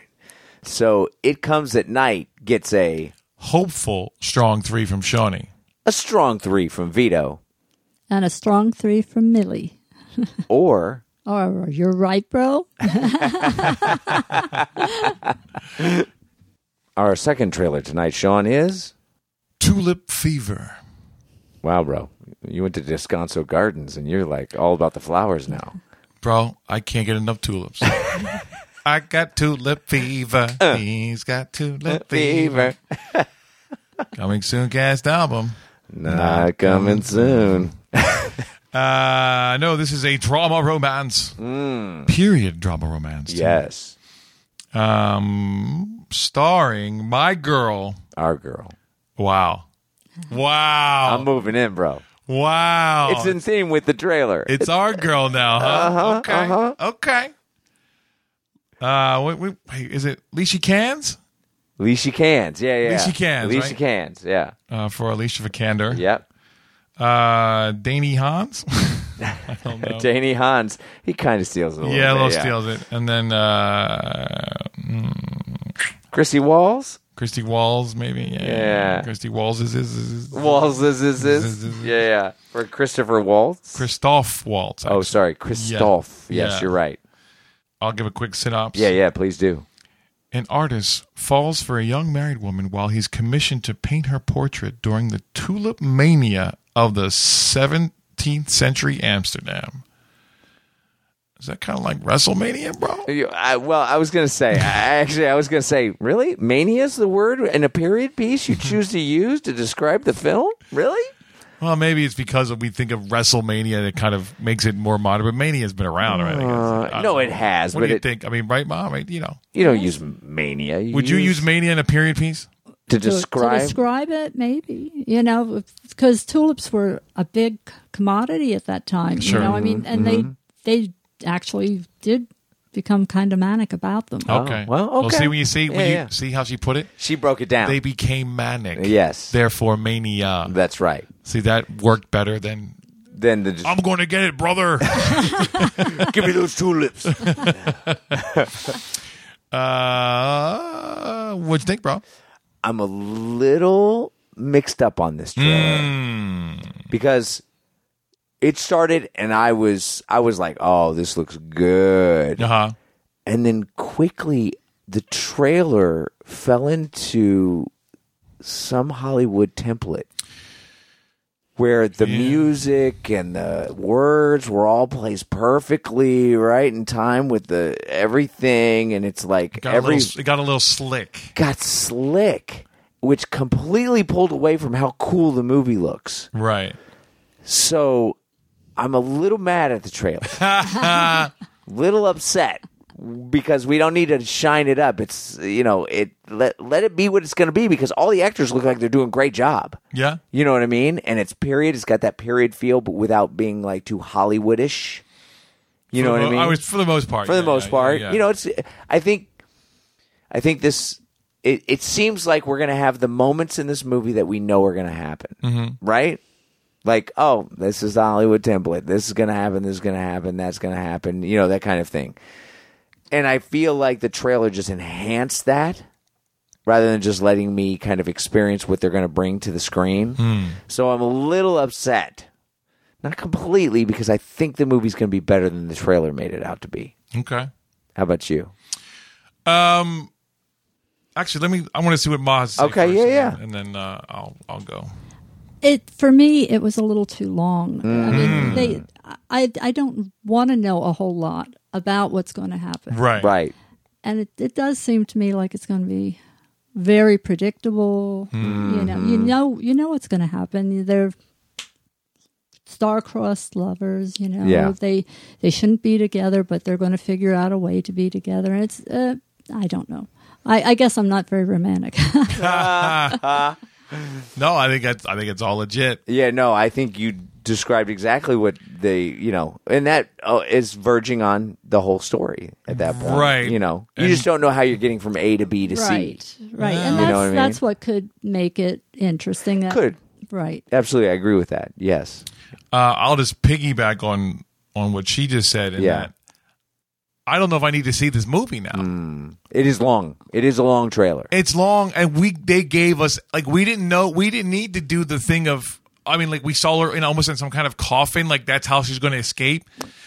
S1: So it comes at night. Gets a
S2: Hopeful strong three from Shawnee.
S1: a strong three from Vito,
S4: And a strong three from Millie.
S1: or
S4: Or you're right, bro.
S1: Our second trailer tonight, Sean, is
S2: Tulip fever.
S1: wow, bro. You went to Descanso Gardens, and you're like all about the flowers now.
S2: bro, I can't get enough tulips. I got tulip fever.
S1: Uh.
S2: He's got tulip fever. Coming soon, cast album.
S1: not coming soon.
S2: Uh, no, this is a drama
S1: Mm.
S2: romance. Period drama romance.
S1: Yes,
S2: Um, starring my girl.
S1: Our girl.
S2: Wow. Wow.
S1: I'm moving in, bro.
S2: wow.
S1: It's in Uh-huh, theme with the trailer.
S2: It's our girl now, huh? okay. Okay. Uh, wait, wait, wait, is it Alicia Cans?
S1: Alicia Cans. Yeah, yeah.
S2: Alicia Cans,
S1: Alicia
S2: right?
S1: Cans. Yeah.
S2: Uh, for Alicia Vikander.
S1: Yep.
S2: Uh, Danny Hans? I don't know.
S1: Danny Hans. He kind of steals it a little
S2: yeah,
S1: bit.
S2: Low steals it. And then uh,
S1: Chrissy Walls.
S2: Christy Walls, maybe. Yeah.
S1: Yeah.
S2: Christy Walls is, is, is, is-
S1: Walls is is
S2: Is- is-
S1: is.
S2: is-
S1: Yeah, yeah. For Christopher Waltz.
S2: Christoph Waltz.
S1: oh,
S2: actually.
S1: sorry, Christoph. Yes,
S2: Yeah.
S1: you're right.
S2: I'll give a quick synopsis.
S1: Yeah, yeah. Please do.
S2: An artist falls for a young married woman while he's commissioned to paint her portrait during the tulip mania of the 17th century Amsterdam. Is that kind of like WrestleMania, bro?
S1: You- I, well, I was gonna say. I, actually, I was gonna say. Really, mania is the word in a period piece you choose to use to describe the film. Really?
S2: Well, maybe it's because we think of WrestleMania that kind of makes it more modern. But Mania's been around already. I don't
S1: Uh, no,
S2: know.
S1: it has,
S2: What
S1: but
S2: do you
S1: it-
S2: think? I mean, right, mom? I mean, You know,
S1: You don't use mania.
S2: would you use mania in a period piece?
S1: to
S4: To-
S1: describe?
S4: to describe it, maybe you know, because tulips were a big commodity at that time.
S2: Sure.
S4: You know, I mean, and they they actually did become kind of manic about them.
S2: Okay.
S1: Uh, well, okay.
S2: see when you see when
S1: Yeah,
S2: you
S1: yeah.
S2: see how she put it.
S1: she broke it down.
S2: They became manic.
S1: Yes.
S2: Therefore, mania.
S1: That's right.
S2: See, that worked better than
S1: Then the
S2: I'm going to get it, brother.
S1: give me those tulips.
S2: uh, what'd you think, bro?
S1: I'm a little mixed up on this trailer
S2: Hmm.
S1: because it started and I was I was like, oh, this looks good,
S2: Uh huh.
S1: and then quickly the trailer fell into some Hollywood template where the music and the words were all placed perfectly right in time with the everything and it's like
S2: Got
S1: every
S2: a little, it got a little slick.
S1: got slick, which completely pulled away from how cool the movie looks.
S2: Right.
S1: So I'm a little mad at the trailer, little upset because we don't need to shine it up. It's you know it let let it be what it's going to be because all the actors look like they're doing a great job.
S2: Yeah.
S1: You know what I mean? And it's period. It's got that period feel, but without being like too Hollywoodish. You know what I mean?
S2: Uh-huh. was for the most part.
S1: for the
S2: Yeah,
S1: most
S2: yeah,
S1: part.
S2: yeah.
S1: You know, it's. I think, I think this. It, it seems like we're gonna have the moments in this movie that we know are gonna happen,
S2: Mm-hmm.
S1: right? Like, oh, this is the Hollywood template. This is gonna happen. This is gonna happen. That's gonna happen. You know that kind of thing. And I feel like the trailer just enhanced that rather than just letting me kind of experience what they're going to bring to the screen.
S2: Hmm.
S1: So I'm a little upset. Not completely, because I think the movie's going to be better than the trailer made it out to be.
S2: Okay.
S1: How about you?
S2: Um. Actually, let me. I want to see what Maz. say
S1: Okay,
S2: first,
S1: yeah,
S2: and
S1: yeah.
S2: then- And then uh, I'll I'll go.
S4: It for me, it was a little too long. I mean, they I I don't want to know a whole lot about what's going to happen,
S2: Right.
S1: Right.
S4: and it, it does seem to me like it's going to be very predictable. You know,
S1: Mm-hmm.
S4: you know, you know what's going to happen. They're star-crossed lovers. You know,
S1: Yeah.
S4: they they shouldn't be together, but they're going to figure out a way to be together. And it's uh, I don't know. I, I guess I'm not very romantic.
S2: No, I think that's. I think it's all legit.
S1: Yeah, no, I think you described exactly what they, you know, and that oh, is verging on the whole story at that point.
S2: Right.
S1: You know, you
S2: And-
S1: just don't know how you're getting from A to B to C.
S4: right, right, and
S1: You know what
S4: that's
S1: I mean?
S4: that's what could make it interesting. That,
S1: Could.
S4: right.
S1: Absolutely, I agree with that. Yes.
S2: Uh, I'll just piggyback on on what she just said. In
S1: Yeah.
S2: That I don't know if I need to see this movie now.
S1: It is long. It is a long trailer.
S2: It's long, and we they gave us like we didn't know we didn't need to do the thing of. I mean, like we saw her in almost in some kind of coffin, like that's how she's going to escape.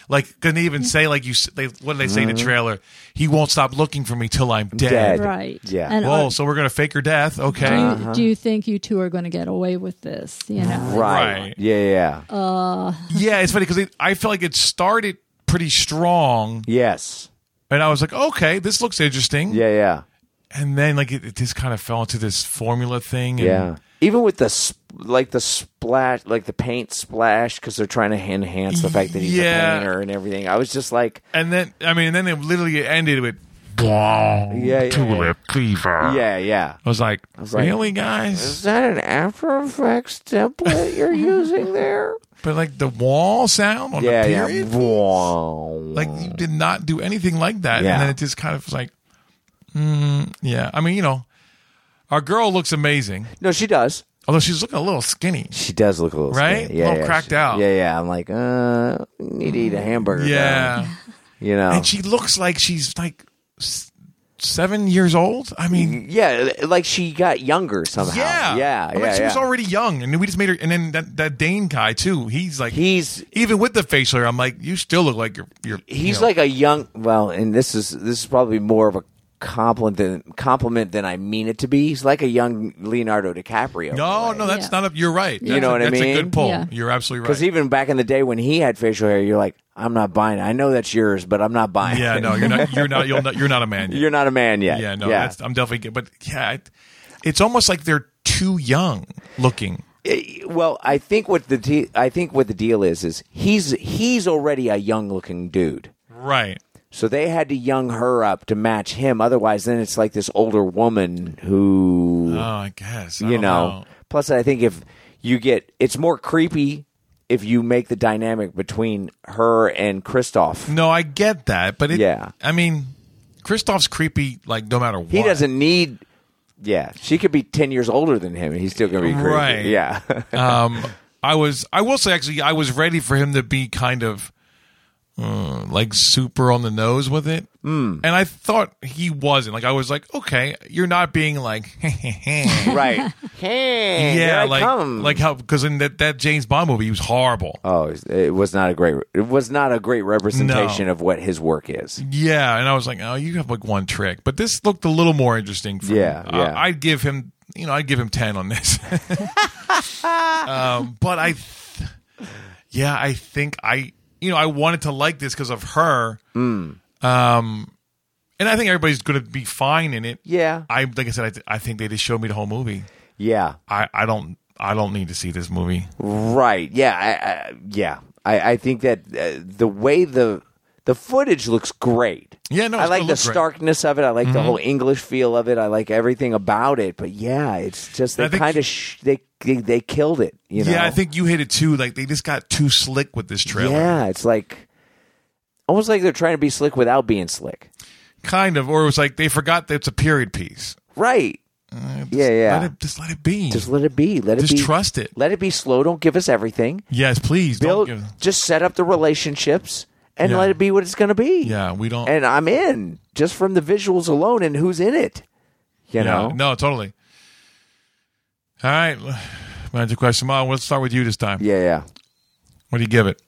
S2: Like, couldn't even say like you. s- They, what did they say in
S1: Mm-hmm.
S2: the trailer? He won't stop looking for me till I'm dead.
S1: Dead.
S4: Right.
S1: Yeah.
S4: And
S2: Whoa!
S4: are-
S2: so we're gonna fake her death, okay?
S4: do, you, do you think you two are going to get away with this? You know,
S2: Right.
S1: Yeah, yeah. yeah.
S2: yeah, it's funny because it, I feel like it started pretty strong,
S1: yes.
S2: and I was like, okay, this looks interesting.
S1: Yeah, yeah.
S2: and then like it, it just kind of fell into this formula thing. And,
S1: Yeah. Even with the sp- like the splash, like the paint splash, because they're trying to enhance the fact that he's
S2: Yeah.
S1: a painter and everything. I was just like,
S2: and then I mean, and then it literally ended with
S1: yeah,
S2: to
S1: yeah.
S2: a cleaver.
S1: Yeah, yeah.
S2: I was like,
S1: like,
S2: really,
S1: Is
S2: guys?
S1: that an After Effects template you're using there?
S2: But like the wall sound on
S1: Yeah,
S2: the
S1: yeah.
S2: period,
S1: Like
S2: like you did not do anything like that,
S1: Yeah.
S2: and then it just kind of was like, mm, yeah. I mean, you know, our girl looks amazing,
S1: no, she does.
S2: although she's looking a little skinny.
S1: She does look a little
S2: Right?
S1: skinny.
S2: A little cracked
S1: she-
S2: out.
S1: Yeah, yeah. I'm like, uh, need to eat a hamburger. now.
S2: Yeah,
S1: you know.
S2: and she looks like she's like s- seven years old. I mean.
S1: yeah, like she got younger somehow.
S2: Yeah,
S1: yeah,
S2: I mean,
S1: yeah,
S2: she was
S1: yeah.
S2: already young, and we just made her. And then that, that Dane guy too. He's like
S1: He's
S2: even with the facial hair. I'm like, you still look like you're. you're you
S1: he's
S2: know.
S1: like a young well and this is this is probably more of a compliment than compliment than i mean it to be he's like a young leonardo dicaprio
S2: no, no, that's
S4: Yeah.
S2: not a. You're right. That's
S1: know
S2: a,
S1: what I
S2: that's
S1: mean?
S2: a good pull.
S4: Yeah.
S2: You're absolutely
S1: because
S2: right.
S1: even back in the day when he had facial hair you're like i'm not buying it i know that's yours but i'm not buying
S2: yeah,
S1: it
S2: no, you're not. You're not. You're not, you're not a man. Yet.
S1: you're not a man yet
S2: yeah, no, That's, I'm definitely. good. But yeah, it, it's almost like they're too young looking.
S1: Eh, well i think what the de- i think what the deal is is he's he's already a young looking dude
S2: Right.
S1: so they had to young her up to match him otherwise then it's like this older woman who
S2: Oh, I guess. I
S1: you
S2: don't
S1: know. Plus, I think if you get, it's more creepy if you make the dynamic between her and Kristoff.
S2: No, I get that, but it,
S1: Yeah.
S2: I mean, Kristoff's creepy. Like no matter what,
S1: He doesn't need. Yeah, she could be ten years older than him, and he's still gonna be creepy.
S2: Right.
S1: Yeah,
S2: um, I was, I will say, actually, I was ready for him to be kind of uh, like super on the nose with it,
S1: Hmm.
S2: mm. and I thought he wasn't. Like, I was like, okay, you're not being like,
S1: right. Hey,
S2: yeah,
S1: here I
S2: like,
S1: come.
S2: like how because in that that James Bond movie, he was horrible.
S1: Oh, it was not a great. It was not a great representation of what his work is.
S2: Yeah, and I was like, oh, you have like one trick, but this looked a little more interesting. For
S1: Yeah,
S2: me.
S1: yeah.
S2: I, I'd give him, you know, I'd give him ten on this. um, but I, th- yeah, I think I, you know, I wanted to like this because of her. Um,
S1: Mm.
S2: and I think everybody's going to be fine in it.
S1: Yeah,
S2: I like I said, I, th- I think they just showed me the whole movie.
S1: yeah,
S2: I, I don't, I don't need to see this movie.
S1: right. Yeah, I, I, yeah. I, I think that uh, the way the the footage looks great.
S2: Yeah, no,
S1: I
S2: it's gonna
S1: like the
S2: look great. Mm-hmm.
S1: starkness of it. I like the whole English feel of it. I like everything about it. But yeah, it's just
S2: And
S1: they
S2: I think-
S1: kind of sh- they, they they killed it. You know?
S2: Yeah, I think you hit it too. Like they just got too slick with this trailer.
S1: Yeah, it's like almost like they're trying to be slick without being slick.
S2: kind of, or it was like they forgot that it's a period piece.
S1: Right?
S2: Uh, just
S1: Yeah, yeah.
S2: Let it, just let it be.
S1: Just let it be. Let
S2: Just
S1: it be.
S2: trust it.
S1: Let it be slow. Don't give us everything.
S2: yes, please.
S1: Build.
S2: don't give,
S1: Just set up the relationships and
S2: Yeah.
S1: let it be what it's going to be.
S2: yeah, we don't.
S1: And I'm in just from the visuals alone and who's in it. You
S2: yeah,
S1: know.
S2: no, totally. All right, magic question. Mom, let's start with you this time.
S1: Yeah, yeah.
S2: What do you give it?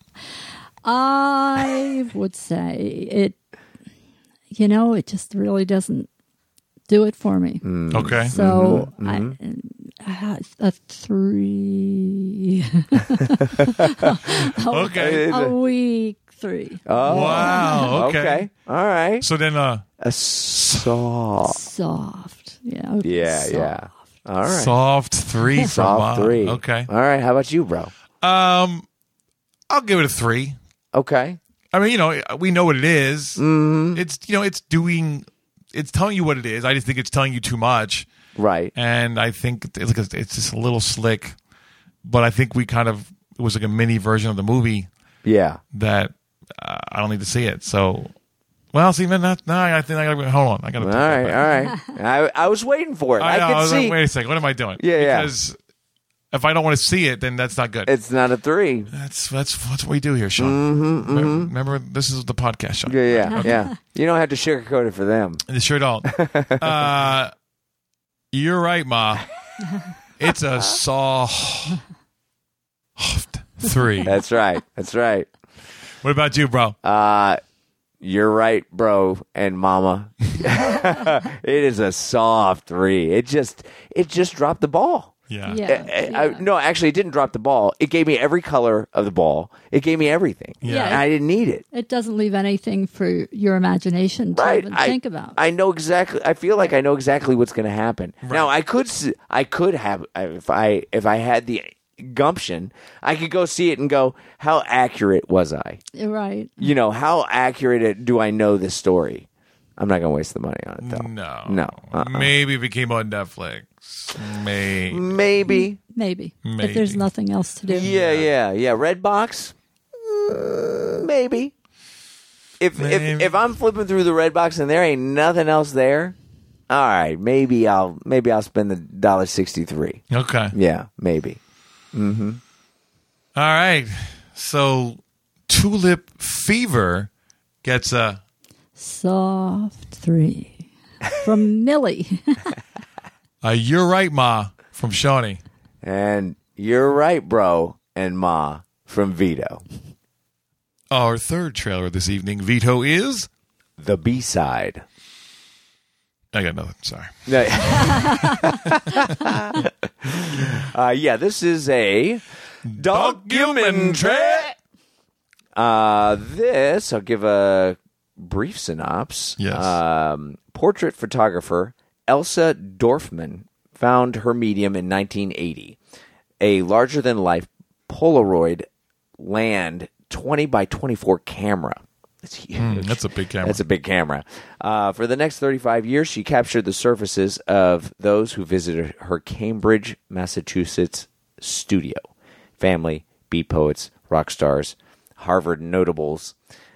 S4: I would say it, you know, it just really doesn't do it for me.
S1: Mm-hmm. Mm.
S2: Okay,
S4: So I, uh, a three,
S2: okay.
S1: Uh,
S4: a week three.
S1: Oh.
S2: wow. Okay.
S1: All right.
S2: So then, uh,
S1: A saw.
S4: Soft. Yeah.
S1: Yeah,
S4: soft.
S1: yeah. All right.
S2: soft three. from
S1: Soft
S2: Mom.
S1: three.
S2: Okay.
S1: All right. How about you, bro?
S2: Um, I'll give it a three.
S1: Okay.
S2: I mean, you know, we know what it is.
S1: Mm-hmm.
S2: It's you know, it's doing, it's telling you what it is. I just think it's telling you too much.
S1: Right.
S2: and I think it's, like a- it's just a little slick, but I think we kind of it was like a mini version of the movie
S1: Yeah.
S2: that uh, I don't need to see it. So, well, see, man, that, no, I think I gotta hold on. I gotta.
S1: All right. All right. I, I was waiting for it. I,
S2: know,
S1: could
S2: was like,
S1: see.
S2: wait a second. What am I doing?
S1: Yeah, yeah.
S2: Because if I don't want to see it, then that's not good.
S1: It's not a three.
S2: that's that's that's what we do here, Sean. Mm-hmm, Remember, this is the podcast, Sean.
S1: Yeah. Yeah. Yeah. You don't have to sugarcoat it for them.
S2: It sure don't. uh, you're right, Ma. It's a soft three.
S1: That's right. That's right.
S2: What about you, bro?
S1: Uh, you're right, bro and mama. it is a soft three. It just it just dropped the ball. Eh,
S2: yeah.
S4: Oh, Yeah.
S1: I- I- no, actually, it didn't drop the ball. It gave me every color of the ball. It gave me everything.
S2: Yeah.
S1: And I didn't need it.
S4: It doesn't leave anything for your imagination to
S1: Right.
S4: even
S1: I
S4: think about.
S1: I know exactly. I feel like I know exactly what's going to happen. Now, I could. s- I could have if I if I had the gumption, I could go see it and go, how accurate was I?
S4: right.
S1: You know, how accurate it- do I know this story? I'm not going to waste the money on it though.
S2: No.
S1: No. Uh-uh.
S2: Maybe if it came on Netflix. Maybe.
S1: Maybe.
S4: Maybe. If
S2: Maybe.
S4: there's nothing else to do.
S1: Yeah, yeah, yeah. Red box, Mm, maybe. If if
S2: Maybe.
S1: if I'm flipping through the red box and there ain't nothing else there, all right, maybe I'll maybe I'll spend the dollar sixty three.
S2: Okay.
S1: Yeah, maybe.
S2: All right. So Tulip Fever gets a
S4: Soft three. From Millie.
S2: a You're Right Ma from Shawnee.
S1: And you're right, bro, and ma from Vito.
S2: Our third trailer this evening, Vito is.
S1: The B side.
S2: I got nothing. Sorry.
S1: No. uh, yeah, this is a documentary. Uh, this, I'll give a brief synopsis.
S2: Yes.
S1: Um, portrait photographer Elsa Dorfman found her medium in 1980, a larger than life Polaroid land 20 by 24 camera. It's huge.
S2: Hmm, That's a big camera.
S1: That's a big camera. Uh, for the next 35 years, she captured the surfaces of those who visited her Cambridge, Massachusetts studio. Family, beat poets, rock stars, Harvard notables.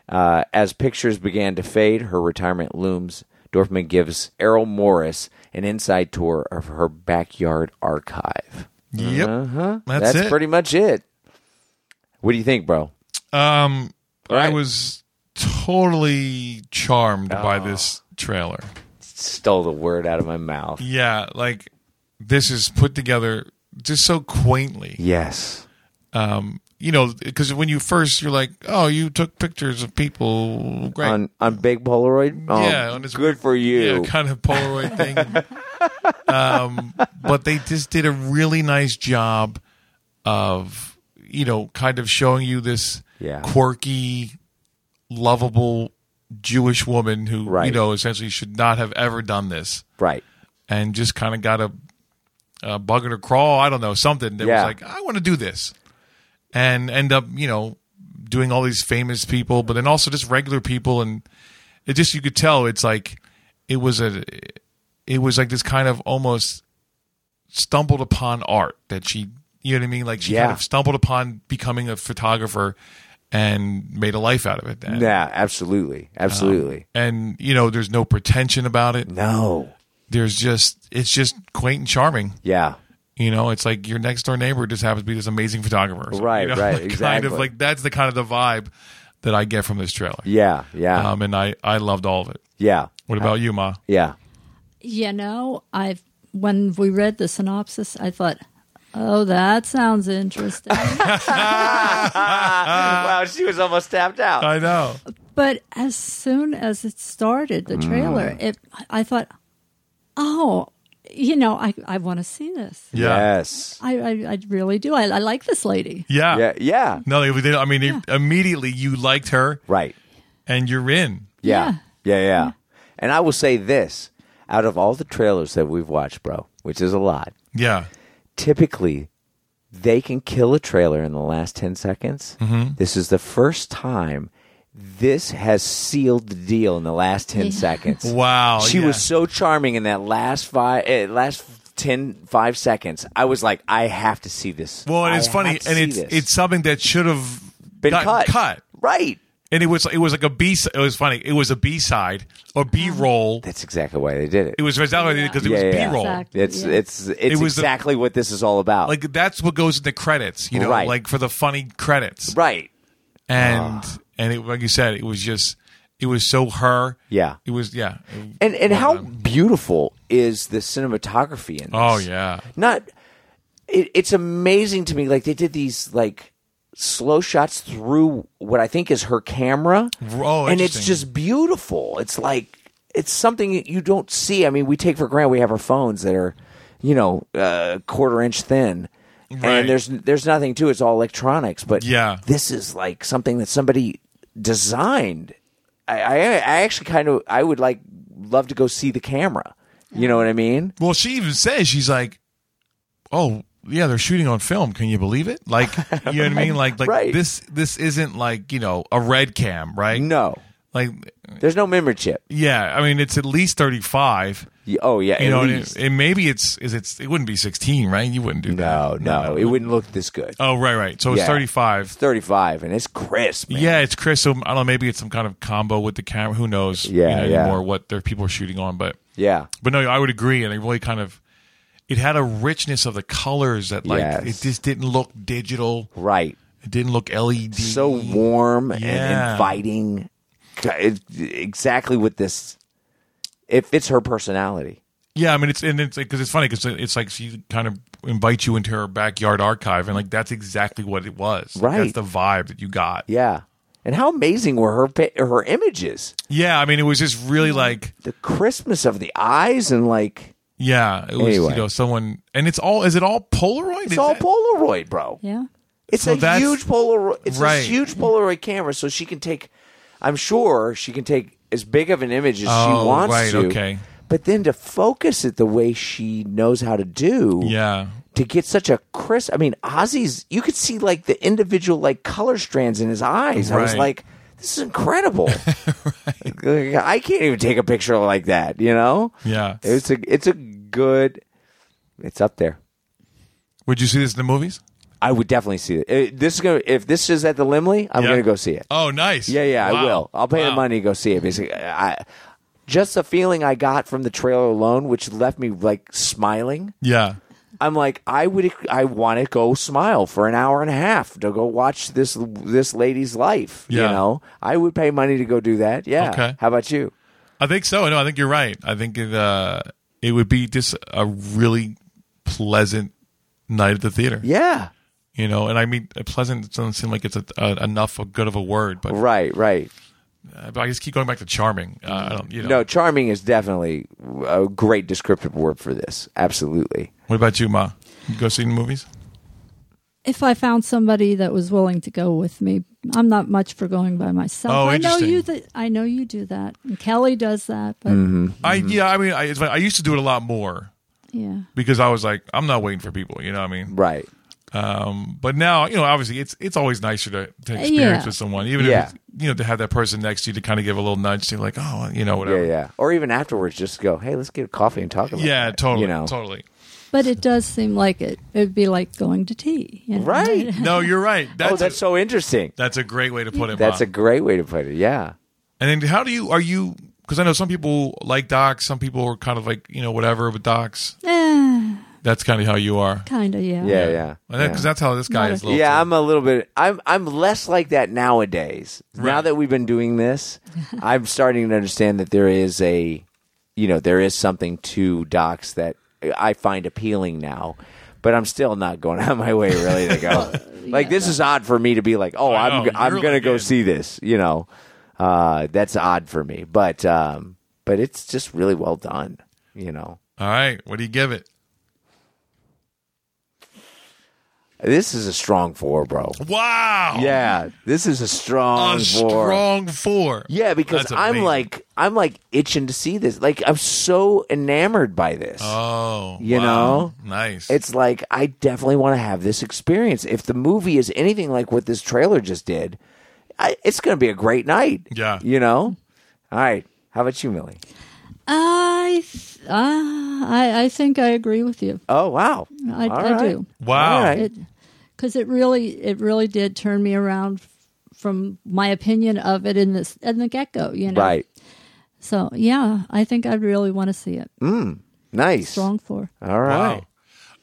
S1: Uh, as pictures began to fade, her retirement looms. Dorfman gives Errol Morris an inside tour of her backyard archive.
S2: yep.
S1: Uh-huh.
S2: That's it.
S1: pretty much it. What do you think, bro?
S2: Um,
S1: All right.
S2: I was totally charmed by
S1: Oh.
S2: this trailer.
S1: Stole the word out of my mouth.
S2: Yeah, like this is put together just so quaintly.
S1: Yes.
S2: Um, you know, because when you first, you're like, oh, you took pictures of people. Great.
S1: on on big Polaroid. Oh,
S2: yeah, on this
S1: good for you.
S2: Yeah, kind of Polaroid thing. um, but they just did a really nice job of, you know, kind of showing you this
S1: Yeah.
S2: quirky, lovable Jewish woman who, you
S1: Right.
S2: know, essentially should not have ever done this
S1: Right.
S2: and just kind of got a, a bug in her crawl. I don't know, something that was
S1: Yeah.
S2: like, I want to do this. And end up, you know, doing all these famous people, but then also just regular people. And it just, you could tell it's like, it was a, it was like this kind of almost stumbled upon art that she, you know what I mean? Like she
S1: Yeah.
S2: kind of stumbled upon becoming a photographer and made a life out of it. And,
S1: Yeah, absolutely. Absolutely.
S2: and, you know, there's no pretension about it.
S1: no.
S2: There's just, it's just quaint and charming.
S1: Yeah.
S2: You know, it's like your next door neighbor just happens to be this amazing photographer. So,
S1: Right,
S2: you know,
S1: right,
S2: like, Kind of
S1: exactly.
S2: like that's the kind of the vibe that I get from this trailer.
S1: Yeah. Yeah.
S2: Um, and I I loved all of it.
S1: yeah.
S2: What about you, Ma?
S1: Yeah.
S4: you know, I've when we read the synopsis, I thought, oh, that sounds interesting.
S2: Uh,
S1: wow, she was almost tapped out.
S2: I know.
S4: but as soon as it started, the trailer,
S2: Mm.
S4: it I thought, oh, you know, I, I want to see this.
S2: Yeah. Uh,
S1: Yes.
S4: I, I, I really do. I, I like this lady.
S2: Yeah.
S1: Yeah. Yeah.
S2: No, they, they, I mean, they- immediately you liked her
S1: Right.
S2: and you're in.
S1: Yeah. Yeah. Yeah. And I will say this: out of all the trailers that we've watched, bro, which is a lot,
S2: Yeah.
S1: typically they can kill a trailer in the last 10 seconds.
S2: Mm-hmm.
S1: This is the first time this has sealed the deal in the last 10 seconds.
S2: Wow.
S1: She
S2: yeah.
S1: was so charming in that last five, eh, last 10, five seconds. I was like, I have to see this.
S2: Well, and
S1: I
S2: it's funny,
S1: have to
S2: and
S1: see
S2: it's
S1: this.
S2: it's something that should have
S1: been
S2: gotten
S1: cut.
S2: cut.
S1: Right.
S2: And it was it was like a B. It was funny. It was a B side or B roll.
S1: That's exactly why they did it.
S2: It was exactly because it was
S1: Yeah, yeah, yeah.
S2: B roll.
S4: Exactly.
S1: it's,
S4: Yeah.
S1: it's, it's
S2: It was the-
S1: exactly what this is all about.
S2: like that's what goes in the credits, you know,
S1: Right.
S2: like for the funny credits.
S1: right. Ah.
S2: And and it, like you said, it was just it was so her.
S1: Yeah.
S2: It was yeah.
S1: And, and how beautiful is the cinematography in this?
S2: oh yeah.
S1: not it, it's amazing to me like they did these like slow shots through what i think is her camera
S2: Oh,
S1: and it's
S2: interesting.
S1: just beautiful it's like it's something that you don't see i mean we take for granted we have our phones that are you know uh, quarter inch thin
S2: Right.
S1: and there's there's nothing to it. it's all electronics but
S2: Yeah.
S1: this is like something that somebody designed i i, I actually kind of i would like love to go see the camera you know what i mean
S2: Well, she even says she's like, oh yeah, they're shooting on film. Can you believe it? Like you know what I mean? Like like
S1: Right.
S2: this this isn't like you know a red cam, right?
S1: no
S2: Like,
S1: There's no memory chip.
S2: yeah, I mean, it's at least 35.
S1: Y- Oh yeah,
S2: You
S1: at
S2: know, and
S1: least.
S2: it, and maybe it's is it's it wouldn't be 16, right? You wouldn't do
S1: no,
S2: that.
S1: no, it wouldn't look this good.
S2: Oh, right, right. So it's
S1: Yeah.
S2: 35.
S1: 35, and it's crisp. man.
S2: Yeah, it's Chris. So I don't know. Maybe it's some kind of combo with the camera. Who knows?
S1: Yeah,
S2: you know,
S1: yeah.
S2: Anymore what their people are shooting on, but
S1: yeah.
S2: But no, I would agree, and it really kind of it had a richness of the colors that like
S1: Yes.
S2: it just didn't look digital.
S1: Right.
S2: It didn't look E LED.
S1: So warm and
S2: Yeah.
S1: inviting. It, exactly with this. It fits her personality.
S2: yeah, I mean it's and it's because it's funny because it's like she kind of invites you into her backyard archive, and like that's exactly what it was. Like,
S1: Right.
S2: that's the vibe that you got. Yeah,
S1: Yeah. And how amazing were her pi- her images?
S2: I mean it was just really like
S1: The crispness of the eyes and like
S2: yeah, it was
S1: Anyway.
S2: you know someone and it's all is it all Polaroid?
S1: it's all Polaroid, bro.
S4: Yeah.
S1: It's
S2: So
S1: a
S2: that's-
S1: huge Polaroid. It's a
S2: Right.
S1: huge Polaroid camera, so she can take. I'm sure she can take as big of an image as she
S2: Oh,
S1: wants
S2: right,
S1: to.
S2: okay.
S1: But then to focus it the way she knows how to do,
S2: Yeah,
S1: to get such a crisp. I mean, Ozzy's. You could see like the individual like color strands in his eyes. I was
S2: Right.
S1: like, this is incredible. Like, like, I can't even take a picture like that. You know?
S2: yeah.
S1: It's a it's a good. It's up there.
S2: Would you see this in the movies?
S1: I would definitely see it. Uh, This is gonna if this is at the Limley, I'm
S2: Yeah.
S1: gonna go see it.
S2: Oh, nice.
S1: Yeah, yeah, I
S2: Wow.
S1: will. I'll pay the
S2: Wow.
S1: money to go see it. Basically, I, just the feeling I got from the trailer alone, which left me like smiling.
S2: Yeah,
S1: I'm like, I would, I want to go smile for an hour and a half to go watch this this lady's life. You
S2: Yeah.
S1: know, I would pay money to go do that. Yeah.
S2: Okay.
S1: How about you?
S2: I think so. No, I think you're right. I think it uh, it would be just a really pleasant night at the theater.
S1: Yeah.
S2: You know, and I mean, pleasant doesn't seem like it's a, a, enough of good of a word, but,
S1: Right. Right.
S2: uh, but I just keep going back to charming. Uh, I don't, you know.
S1: No, charming is definitely a great descriptive word for this. Absolutely.
S2: What about you, Ma? You go see the movies?
S4: If I found somebody that was willing to go with me, I'm not much for going by myself.
S2: Oh,
S4: I know
S2: interesting. Mm-hmm.
S4: you that I know you do that. And Kelly does that, but
S2: I
S1: Mm-hmm.
S2: yeah, I mean, I, it's funny. I used to do it a lot more
S4: yeah.
S2: because I was like, I'm not waiting for people. You know what I mean?
S1: Right.
S2: Um, but now, you know, obviously, it's it's always nicer to, to experience
S4: Yeah.
S2: with someone, even
S1: Yeah.
S2: if it's, you know to have that person next to you to kind of give a little nudge to, like, oh, you know, whatever.
S1: Yeah. Yeah. Or even afterwards, just go. Hey, let's get a coffee and talk about.
S2: Yeah,
S1: that,"
S2: totally.
S1: You know.
S2: Totally.
S4: But it does seem like it. It'd be like going to tea, you know?
S1: Right.
S2: No, you're right. That's,
S1: oh, that's
S2: a, Uh-huh.
S1: so interesting.
S2: that's a great way to put it.
S1: That's a
S2: Bob.
S1: great way to put it. Yeah.
S2: and then how do you are you because I know some people like docs, some people are kind of like you know whatever with docs.
S4: Eh,
S2: That's kind of how you are.
S4: kind of, yeah.
S1: Yeah. Yeah.
S2: Because that's how this guy
S4: Not
S2: is. a
S4: a-
S2: little
S1: yeah,
S2: too.
S1: I'm a little bit. I'm I'm less like that nowadays. Now
S2: Right.
S1: that we've been doing this, I'm starting to understand that there is a, you know, there is something to docs that I find appealing now. But I'm still not going out of my way really to go. like this is odd for me to be like, oh,
S2: I
S1: I'm
S2: know,
S1: I'm
S2: you're
S1: gonna
S2: like
S1: go
S2: in.
S1: see this. You know, uh, that's odd for me. But um, but it's just really well done. You know,
S2: All right, what do you give it?
S1: this is a strong four, bro.
S2: Wow.
S1: Yeah, this is a strong
S2: Oh. A
S1: four.
S2: strong four.
S1: Yeah, because
S2: That's
S1: I'm
S2: amazing.
S1: like I'm like itching to see this. Like I'm so enamored by this.
S2: oh,
S1: You
S2: wow.
S1: know?
S2: nice.
S1: It's like I definitely want to have this experience. If the movie is anything like what this trailer just did, I, it's going to be a great night.
S2: Yeah.
S1: you know. All right, how about you, Millie?
S4: I, th- uh, I, I think I agree with you.
S1: Oh wow,
S4: I,
S1: All
S4: I
S1: right.
S4: do.
S2: wow.
S1: All right.
S4: It because it really it really did turn me around f- from my opinion of it in this in the get go. You know,
S1: right,
S4: So yeah, I think I'd really want to see it.
S1: Mm. nice.
S4: Strong for
S1: All right,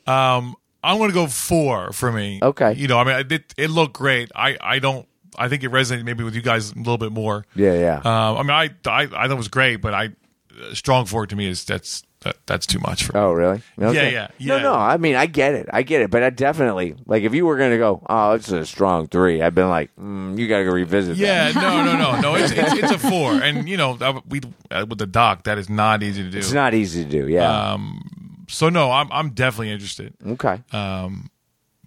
S2: Wow. Um, I'm going to go four for me.
S1: Okay.
S2: You know, I mean, it, it looked great. I, I don't. I think it resonated maybe with you guys a little bit more.
S1: yeah, yeah.
S2: Um, I mean, I, I I thought it was great, but I uh, strong four to me is that's that, that's too much for me.
S1: Oh, really? Okay.
S2: yeah, yeah.
S1: No, no. I mean, I get it. I get it. But I definitely like if you were going to go, oh, it's a strong three. I've been like, mm, you got to go revisit. that.
S2: Yeah, no, no, no, no. It's, it's, it's a four, and you know that we uh, with the doc that is not easy to Uh, do.
S1: It's not easy to do. Yeah.
S2: so no, I'm I'm definitely interested. Um,
S1: okay.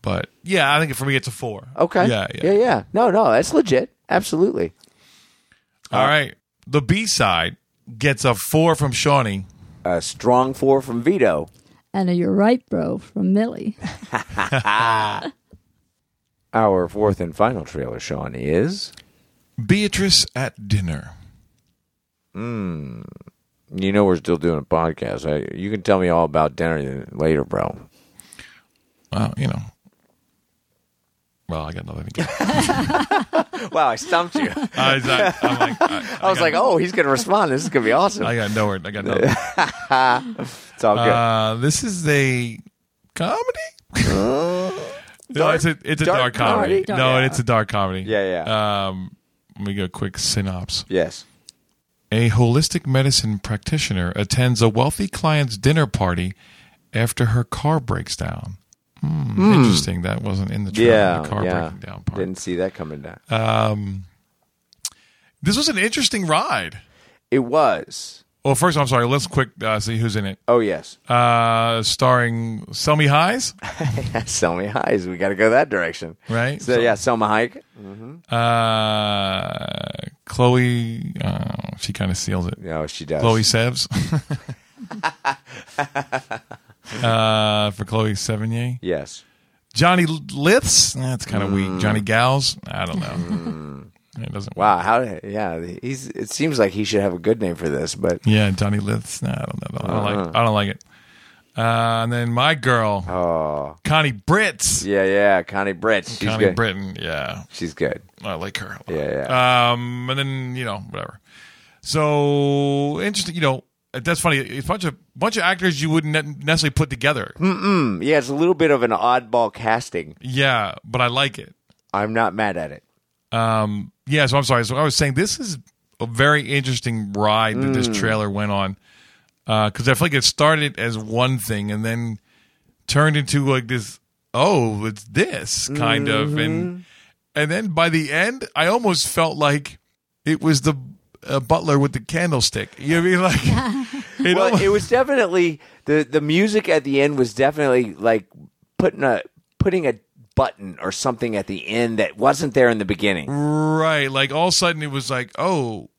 S2: But yeah, I think for me it's a four.
S1: okay.
S2: Yeah, yeah.
S1: yeah. No, no. That's legit. Absolutely.
S2: All right. The B side gets a four from Shawnee.
S1: A strong four from Vito.
S4: and a you're right, bro, from Millie.
S1: Our fourth and final trailer, Sean, is
S2: Beatrice at dinner.
S1: You know we're still doing a podcast. I, you can tell me all about dinner later, bro.
S2: Well, you know. Well, I got nothing. To get.
S1: Wow, I stumped you.
S2: I, was like- I'm like, I,
S1: I was like, oh, he's going to respond. This is going to be awesome.
S2: I got nowhere. I got nothing.
S1: It's all good.
S2: Uh, this is a comedy. no, it's a it's a
S1: Uh,
S2: dark,
S1: dark
S2: comedy.
S1: comedy.
S2: No, it's a dark comedy.
S1: Yeah,
S2: yeah. Um, let me get a quick synopsis.
S1: yes.
S2: A holistic medicine practitioner attends a wealthy client's dinner party after her car breaks down. Hmm, Interesting. That wasn't in the trailer.
S1: Yeah.
S2: the car
S1: yeah.
S2: breaking down part.
S1: Didn't see that coming down.
S2: Um, this was an interesting ride.
S1: it was.
S2: Well, first, I'm sorry. Let's quick uh, see who's in it.
S1: Oh, yes.
S2: Uh, starring Selmy Highs,
S1: Selma Highs. We got to go that direction.
S2: right?
S1: So, yeah, Selma Hayek.
S2: Uh, Chloe, uh, she kind of seals it.
S1: No, she does.
S2: Chloe Sevs. uh, for Chloe Sevigny.
S1: Yes.
S2: Johnny Liths. That's kind of weak. Johnny Gals. I don't know. it doesn't.
S1: Mm. Wow. How? Yeah. He's. It seems like he should have a good name for this, but
S2: Yeah, Johnny Liths. Nah, I don't know. I don't like. I don't like it. Uh, and then my girl, Connie Britz.
S1: oh. yeah, yeah. Connie Britt. She's
S2: Connie
S1: good.
S2: Britton. Yeah,
S1: She's good.
S2: I like her. A lot.
S1: Yeah,
S2: Um, and then you know whatever. So interesting. You know that's funny. It's a bunch of bunch of actors you wouldn't ne- necessarily put together.
S1: Hmm, Yeah, it's a little bit of an oddball casting.
S2: Yeah, but I like it.
S1: I'm not mad at it.
S2: Um, yeah, so I'm sorry. So I was saying this is a very interesting ride that
S1: Mm.
S2: this trailer went on because I feel like it started as one thing and then turned into like this. Oh, it's this kind of
S1: Mm-hmm.
S2: and and then by the end, I almost felt like it was the uh, butler with the candlestick. You know what I mean? Like it
S1: Well,
S2: almost-
S1: it was definitely the the music at the end was definitely like putting a putting a button or something at the end that wasn't there in the beginning.
S2: right. Like all of a sudden, it was like, oh,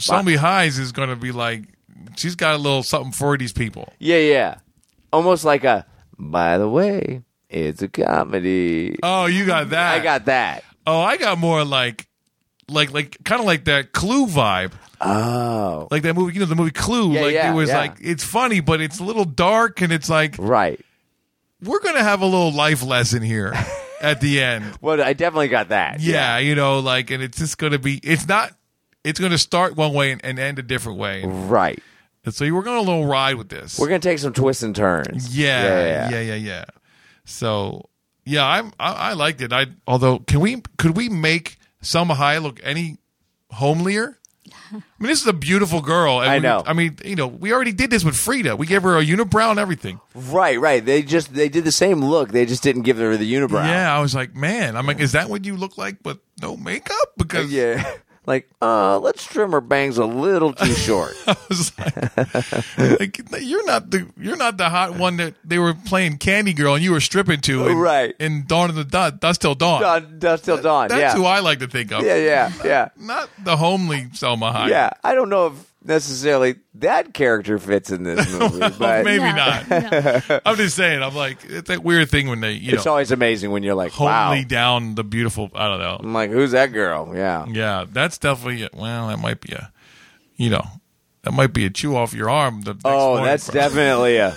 S2: Zombie Highs is going to be like she's got a little something for these people.
S1: Yeah, yeah. Almost like a. By the way, it's a comedy.
S2: Oh, you got that.
S1: I got that.
S2: Oh, I got more like, like, like, kind of like that Clue vibe,
S1: Oh,
S2: like that movie. You know, the movie Clue.
S1: Yeah,
S2: like
S1: yeah,
S2: it was
S1: yeah.
S2: like it's funny, but it's a little dark, and it's like
S1: right.
S2: we're gonna have a little life lesson here at the end.
S1: Well, I definitely got that.
S2: Yeah, you know, like, and it's just gonna be. It's not. It's gonna start one way and, and end a different way.
S1: Right.
S2: And so you were gonna little ride with this.
S1: We're gonna take some twists and turns.
S2: yeah, yeah, yeah, yeah, So yeah, I'm I, I liked it. I although can we could we make Selma High look any homelier? I mean, this is a beautiful girl. and
S1: I
S2: we-
S1: know.
S2: I mean, you know, we already did this with Frida. We gave her a unibrow and everything.
S1: Right, right. They just they did the same look. They just didn't give her the unibrow.
S2: Yeah, I was like, man, I'm like, is that what you look like, but no makeup? Because
S1: Yeah. Like, uh, let's trim her bangs a little too short.
S2: I was like, like, you're not the you're not the hot one that they were playing Candy Girl and you were stripping to, in,
S1: Right.
S2: In Dawn of the Dust, Dust Till Dawn.
S1: Dawn, dust till dawn.
S2: That's
S1: yeah.
S2: who I like to think of.
S1: yeah, yeah, yeah.
S2: not the homely Selma Hayek.
S1: Yeah. I don't know if necessarily that character fits in this movie, but
S2: maybe
S4: No,
S2: not.
S4: no.
S2: I'm just saying. I'm like it's that weird thing when they you
S1: it's
S2: know
S1: always amazing when you're like,
S2: homely
S1: wow.
S2: down the beautiful. I don't know.
S1: I'm like, who's that girl? Yeah.
S2: Yeah, that's definitely well. That might be a you know that might be a chew off your arm. The next
S1: Oh,
S2: morning
S1: that's
S2: for-
S1: definitely a.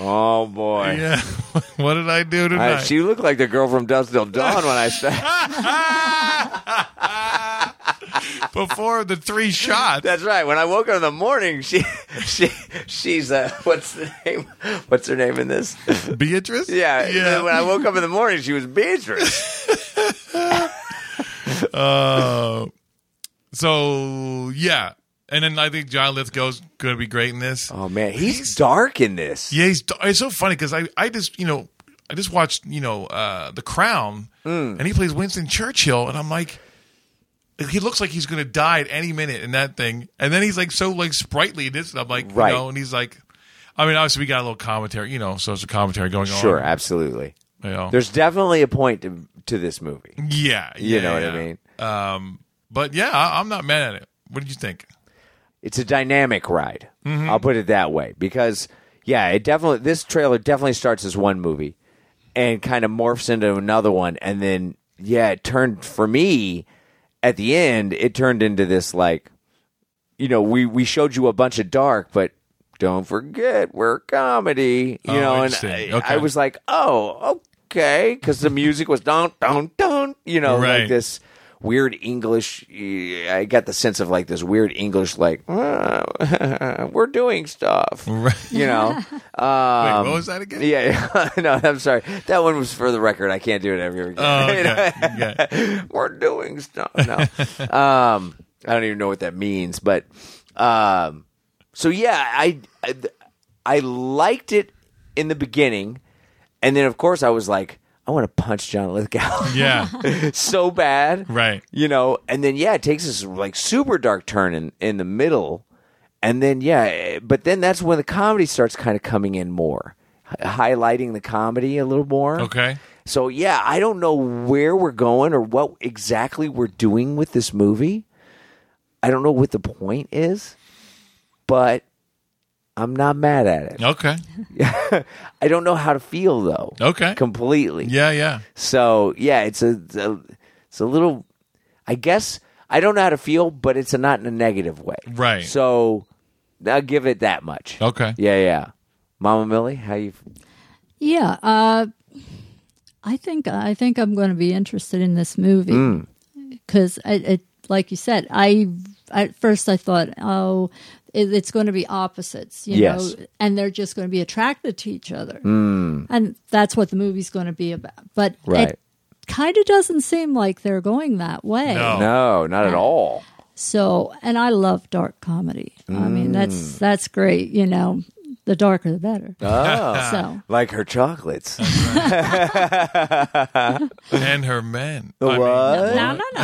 S1: Oh boy.
S2: Yeah. what did I do
S1: I-
S2: tonight?
S1: she looked like the girl from Dust Till Dawn when I said.
S2: Before the three shots.
S1: That's right. When I woke up in the morning, she, she, she's uh, what's the name? What's her name in this?
S2: Beatrice.
S1: Yeah.
S2: Yeah.
S1: When I woke up in the morning, she was Beatrice.
S2: Uh, so yeah, and then I think John Lithgow's going to be great in this.
S1: Oh man, he's, dark in this.
S2: Yeah, he's, it's so funny because I, I just you know I just watched you know uh, The Crown
S1: Mm.
S2: and he plays Winston Churchill and I'm like he looks like he's gonna die at any minute in that thing and then he's like so like sprightly in this and I'm like
S1: Right.
S2: you know and he's like I mean obviously we got a little commentary you know so there's a commentary going on
S1: Sure, absolutely.
S2: you know.
S1: There's definitely a point to, to this movie.
S2: yeah
S1: You
S2: yeah,
S1: know
S2: yeah.
S1: what I mean?
S2: but yeah I, I'm not mad at it what did you think
S1: It's a dynamic ride.
S2: Mm-hmm.
S1: I'll put it that way because yeah, it definitely this trailer definitely starts as one movie and kind of morphs into another one and then yeah, it turned for me at the end it turned into this like you know, we we showed you a bunch of dark, but don't forget we're comedy. You
S2: Oh,
S1: know, and
S2: interesting.
S1: I,
S2: Okay.
S1: I was like, oh, okay, because the music was don don don. You know,
S2: Right.
S1: like this weird English. I got the sense of like this weird English, like "Ah, we're doing stuff.
S2: Right.
S1: You know, um,
S2: what was that again?
S1: Yeah, yeah. no, I'm sorry. That one was for the record. I can't do it ever again.
S2: Oh, okay. okay.
S1: we're doing stuff. No, um, I don't even know what that means, but um, so yeah, I, I I liked it in the beginning, and then of course I was like, I want to punch John Lithgow
S2: Yeah.
S1: so bad,
S2: Right.
S1: You know, and then yeah, it takes this like super dark turn in in the middle, and then yeah, eh, but then that's when the comedy starts kind of coming in more, hi- highlighting the comedy a little more.
S2: Okay.
S1: So yeah, I don't know where we're going or what exactly we're doing with this movie. I don't know what the point is, but I'm not mad at it.
S2: Okay.
S1: I don't know how to feel though.
S2: Okay.
S1: Completely.
S2: Yeah, yeah.
S1: So yeah, it's a, it's a it's a little. I guess I don't know how to feel, but it's a, not in a negative way.
S2: Right.
S1: So I'll give it that much.
S2: Okay.
S1: Yeah, yeah. Mama Millie, how you?
S4: Yeah, uh, I think I think I'm going to be interested in this
S1: Hmm.
S4: movie because it, it, like you said, I at first I thought, oh, it, it's going to be opposites, you
S1: Yes. Hmm.
S4: know, and they're just going to be attracted to each other, and that's what the movie's going to be about. But
S1: Right.
S4: it kind of doesn't seem like they're going that way.
S2: No.
S1: No, not
S2: Mm.
S1: at all.
S4: So, and I love dark comedy. I mean,
S1: Hmm.
S4: that's that's great. You know, the darker the better.
S1: Oh,
S4: So.
S1: like her chocolates.
S2: And her men.
S1: The
S2: I mean,
S1: what?
S4: No, no, no.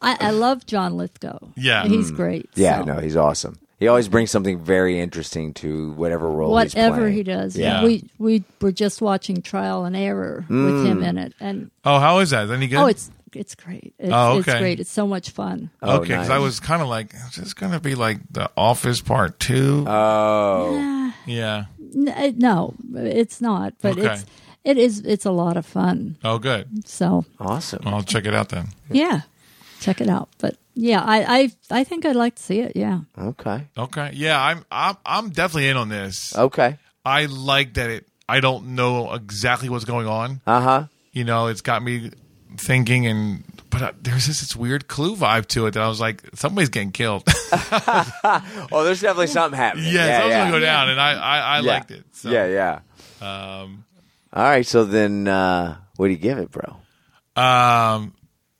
S4: I, I love John Lithgow.
S2: Yeah.
S4: he's great.
S1: yeah,
S4: so
S1: no, he's awesome. He always brings something very interesting to whatever role. he's
S4: whatever
S1: playing.
S4: he does,
S2: Yeah.
S4: we we were just watching Trial and Error with him in it, and
S2: oh, how is that? Then you get
S4: oh, it's it's great. It's,
S2: Oh,
S4: it's
S2: okay.
S4: great. It's so much fun.
S1: Oh,
S2: okay. Because
S1: nice.
S2: I was kind of like, is this going to be like The Office Part Two?
S1: Uh, Oh,
S2: yeah.
S4: N- uh, No, it's not, but
S2: Okay.
S4: it's it is it's a lot of fun.
S2: Oh, good.
S4: So
S1: awesome.
S2: I'll check it out then.
S4: yeah, check it out. But yeah, I I I think I'd like to see it. Yeah,
S1: Okay,
S2: Okay. Yeah, I'm I'm I'm definitely in on this.
S1: okay,
S2: I like that it I don't know exactly what's going on.
S1: uh huh.
S2: You know, it's got me thinking and but uh, there's this, this weird clue vibe to it that I was like somebody's getting killed.
S1: Oh, there's definitely something happening.
S2: yeah,
S1: yeah,
S2: something's
S1: yeah.
S2: going to go down and I I, I
S1: Yeah.
S2: liked it. So. Um,
S1: Yeah, yeah. All right, so then uh, what do you give it, bro?
S2: Um,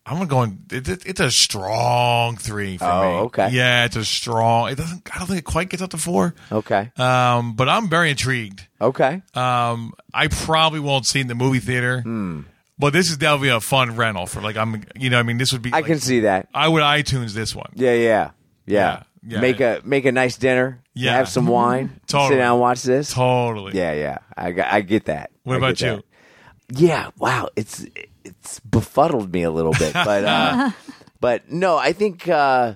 S2: I'm gonna go in. It, it- it's a strong three for
S1: Oh,
S2: me.
S1: okay.
S2: Yeah, it's a strong. It doesn't. I don't think it quite gets up to four.
S1: Okay,
S2: Um, but I'm very intrigued.
S1: okay,
S2: Um, I probably won't see it in the movie theater.
S1: Hmm.
S2: But this is that'll be a fun rental for like I'm. You know, I mean, this would be.
S1: I
S2: like-
S1: can see that.
S2: I would iTunes this one.
S1: Yeah, yeah, yeah.
S2: Yeah, yeah.
S1: make a make a nice dinner.
S2: Yeah.
S1: have some wine.
S2: Totally.
S1: Sit down, and watch this.
S2: Totally.
S1: Yeah, yeah. I got- I get that.
S2: What
S1: I
S2: about
S1: get
S2: you?
S1: that. Yeah. Wow. It's it's befuddled me a little bit, but uh, but no, I think uh,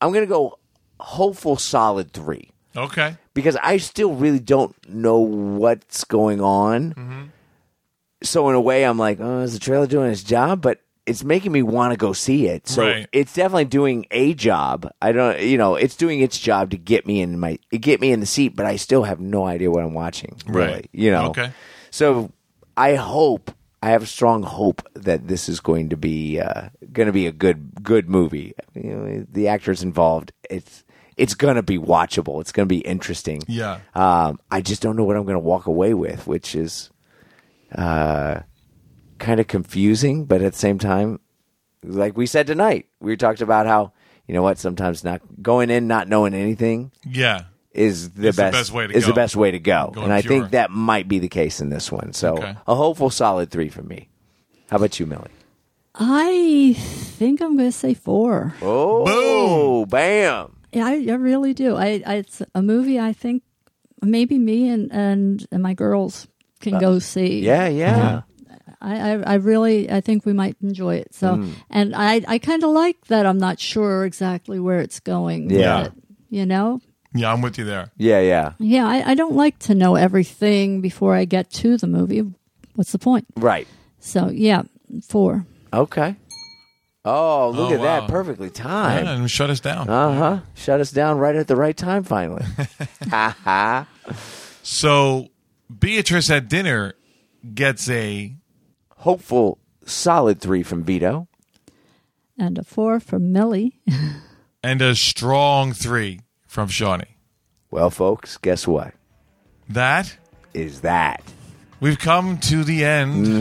S1: I'm gonna go hopeful solid three
S2: Okay.
S1: because I still really don't know what's going on.
S2: Mm-hmm.
S1: So in a way, I'm like, oh, is the trailer doing its job? But it's making me want to go see it. So
S2: Right.
S1: it's definitely doing a job. I don't, you know, it's doing its job to get me in my get me in the seat. But I still have no idea what I'm watching.
S2: Right.
S1: Really, you know.
S2: Okay.
S1: So I hope. I have strong hope that this is going to be uh, going to be a good good movie. You know, the actors involved, it's it's going to be watchable. It's going to be interesting.
S2: Yeah.
S1: Um, I just don't know what I'm going to walk away with, which is uh, kind of confusing, but at the same time, like we said tonight, we talked about how you know what sometimes not going in not knowing anything
S2: Yeah.
S1: is the
S2: It's the
S1: best,
S2: best way to
S1: is the
S2: go.
S1: best way to go,
S2: Going
S1: and I
S2: pure.
S1: think that might be the case in this one. So
S2: Okay.
S1: a hopeful solid three for me. How about you, Millie?
S4: I think I'm going to say four.
S1: Oh, bam!
S4: Yeah, I, I really do. I, I it's a movie I think maybe me and and, and my girls can go see.
S1: Uh-huh. Yeah, yeah.
S4: I, I I really I think we might enjoy it. So
S1: Mm.
S4: and I I kind of like that. I'm not sure exactly where it's going. with
S1: Yeah.
S4: it, you know.
S2: Yeah, I'm with you there.
S1: Yeah, yeah.
S4: Yeah, I, I don't like to know everything before I get to the movie. What's the point?
S1: Right.
S4: So yeah, four.
S1: Okay. Oh, look
S2: Oh,
S1: at
S2: wow.
S1: that. Perfectly timed.
S2: Yeah, and shut us down.
S1: Uh huh. Shut us down right at the right time, finally. ha ha.
S2: so Beatrice at dinner gets a
S1: Hopeful, solid three from Vito.
S4: and a four from Millie.
S2: and a strong three from Shawnee.
S1: Well, folks, guess what?
S2: That
S1: Is that
S2: we've come to the end of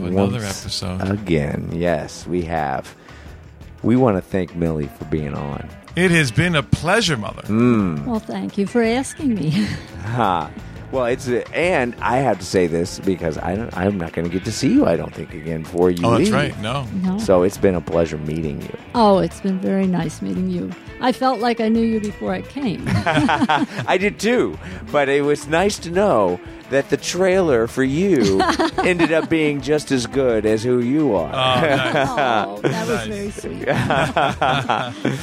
S2: another
S1: Uh-huh. Once
S2: episode.
S1: again? Yes, we have. We want to thank Millie for being on.
S2: it has been a pleasure, mother.
S1: Mm-hmm. Mm.
S4: Well, thank you for asking me.
S1: Ha. Well, it's and I have to say this because I don't. I'm not going to get to see you. I don't think again for you.
S2: Oh, that's
S1: leave.
S2: right. No.
S4: No.
S1: So it's been a pleasure meeting you.
S4: Oh, it's been very nice meeting you. I felt like I knew you before I came.
S1: I did too, but it was nice to know that the trailer for you ended up being just as good as who you
S2: Uh.
S1: are.
S2: Um,
S4: oh, that was very sweet.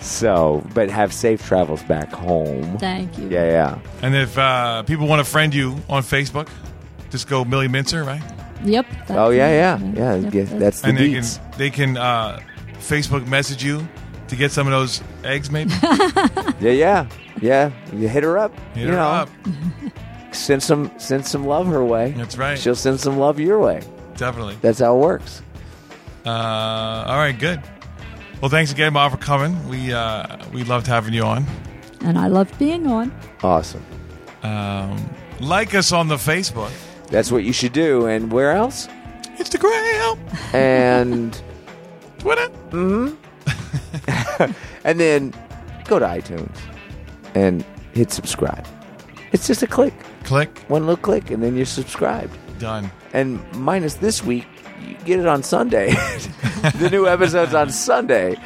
S1: so, but have safe travels back home.
S4: Thank you.
S1: Yeah, yeah.
S2: And if uh, people want to friend you on Facebook, just go Millie Mincer, right?
S4: Yep. that's
S1: Oh, yeah,
S4: it.
S1: yeah, yeah.
S4: Yep,
S1: yeah, That's the
S2: and they can
S1: beats.
S2: they can uh, Facebook message you to get some of those eggs, maybe.
S1: Yeah, yeah, yeah. You hit her up.
S2: Hit
S1: you
S2: her
S1: know,
S2: up.
S1: send some send some love her way.
S2: That's right.
S1: She'll send some love your way.
S2: Definitely.
S1: That's how it works.
S2: Uh, all right, good. Well, thanks again, Bob, for coming. We uh, we loved having you on.
S4: And I loved being on.
S1: Awesome.
S2: Um, like us on the Facebook,
S1: That's what you should do. And where else?
S2: Instagram,
S1: And
S2: Twitter.
S1: and then go to iTunes and hit subscribe. It's just a click,
S2: Click
S1: one little click, and then you're subscribed.
S2: done.
S1: And minus this week, you get it on Sunday. the new episode's on Sunday,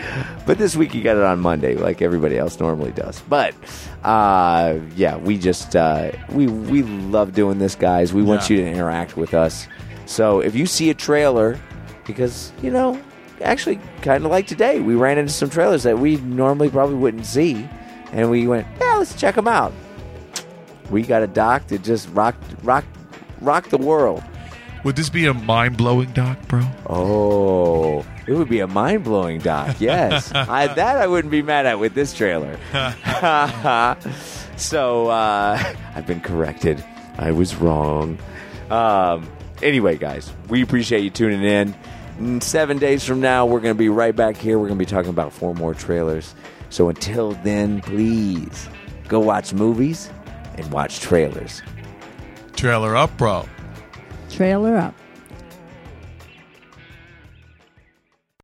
S1: but this week you got it on Monday, like everybody else normally does. But uh, yeah, we just uh, we we love doing this, guys. We want
S2: Yeah.
S1: you to interact with us. So if you see a trailer, because you know, actually, kind of like today, we ran into some trailers that we normally probably wouldn't see, and we went, yeah, let's check them out. We got a doc that just rocked rocked rocked the world.
S2: Would this be a mind blowing doc, bro?
S1: Oh, it would be a mind blowing doc. Yes, I, that I wouldn't be mad at with this trailer. so uh, I've been corrected. I was wrong. Um, anyway, guys, we appreciate you tuning in. Mm, Seven days from now, we're going to be right back here. We're going to be talking about four more trailers. So until then, please go watch movies and watch trailers.
S2: Trailer up, bro.
S4: Trailer up.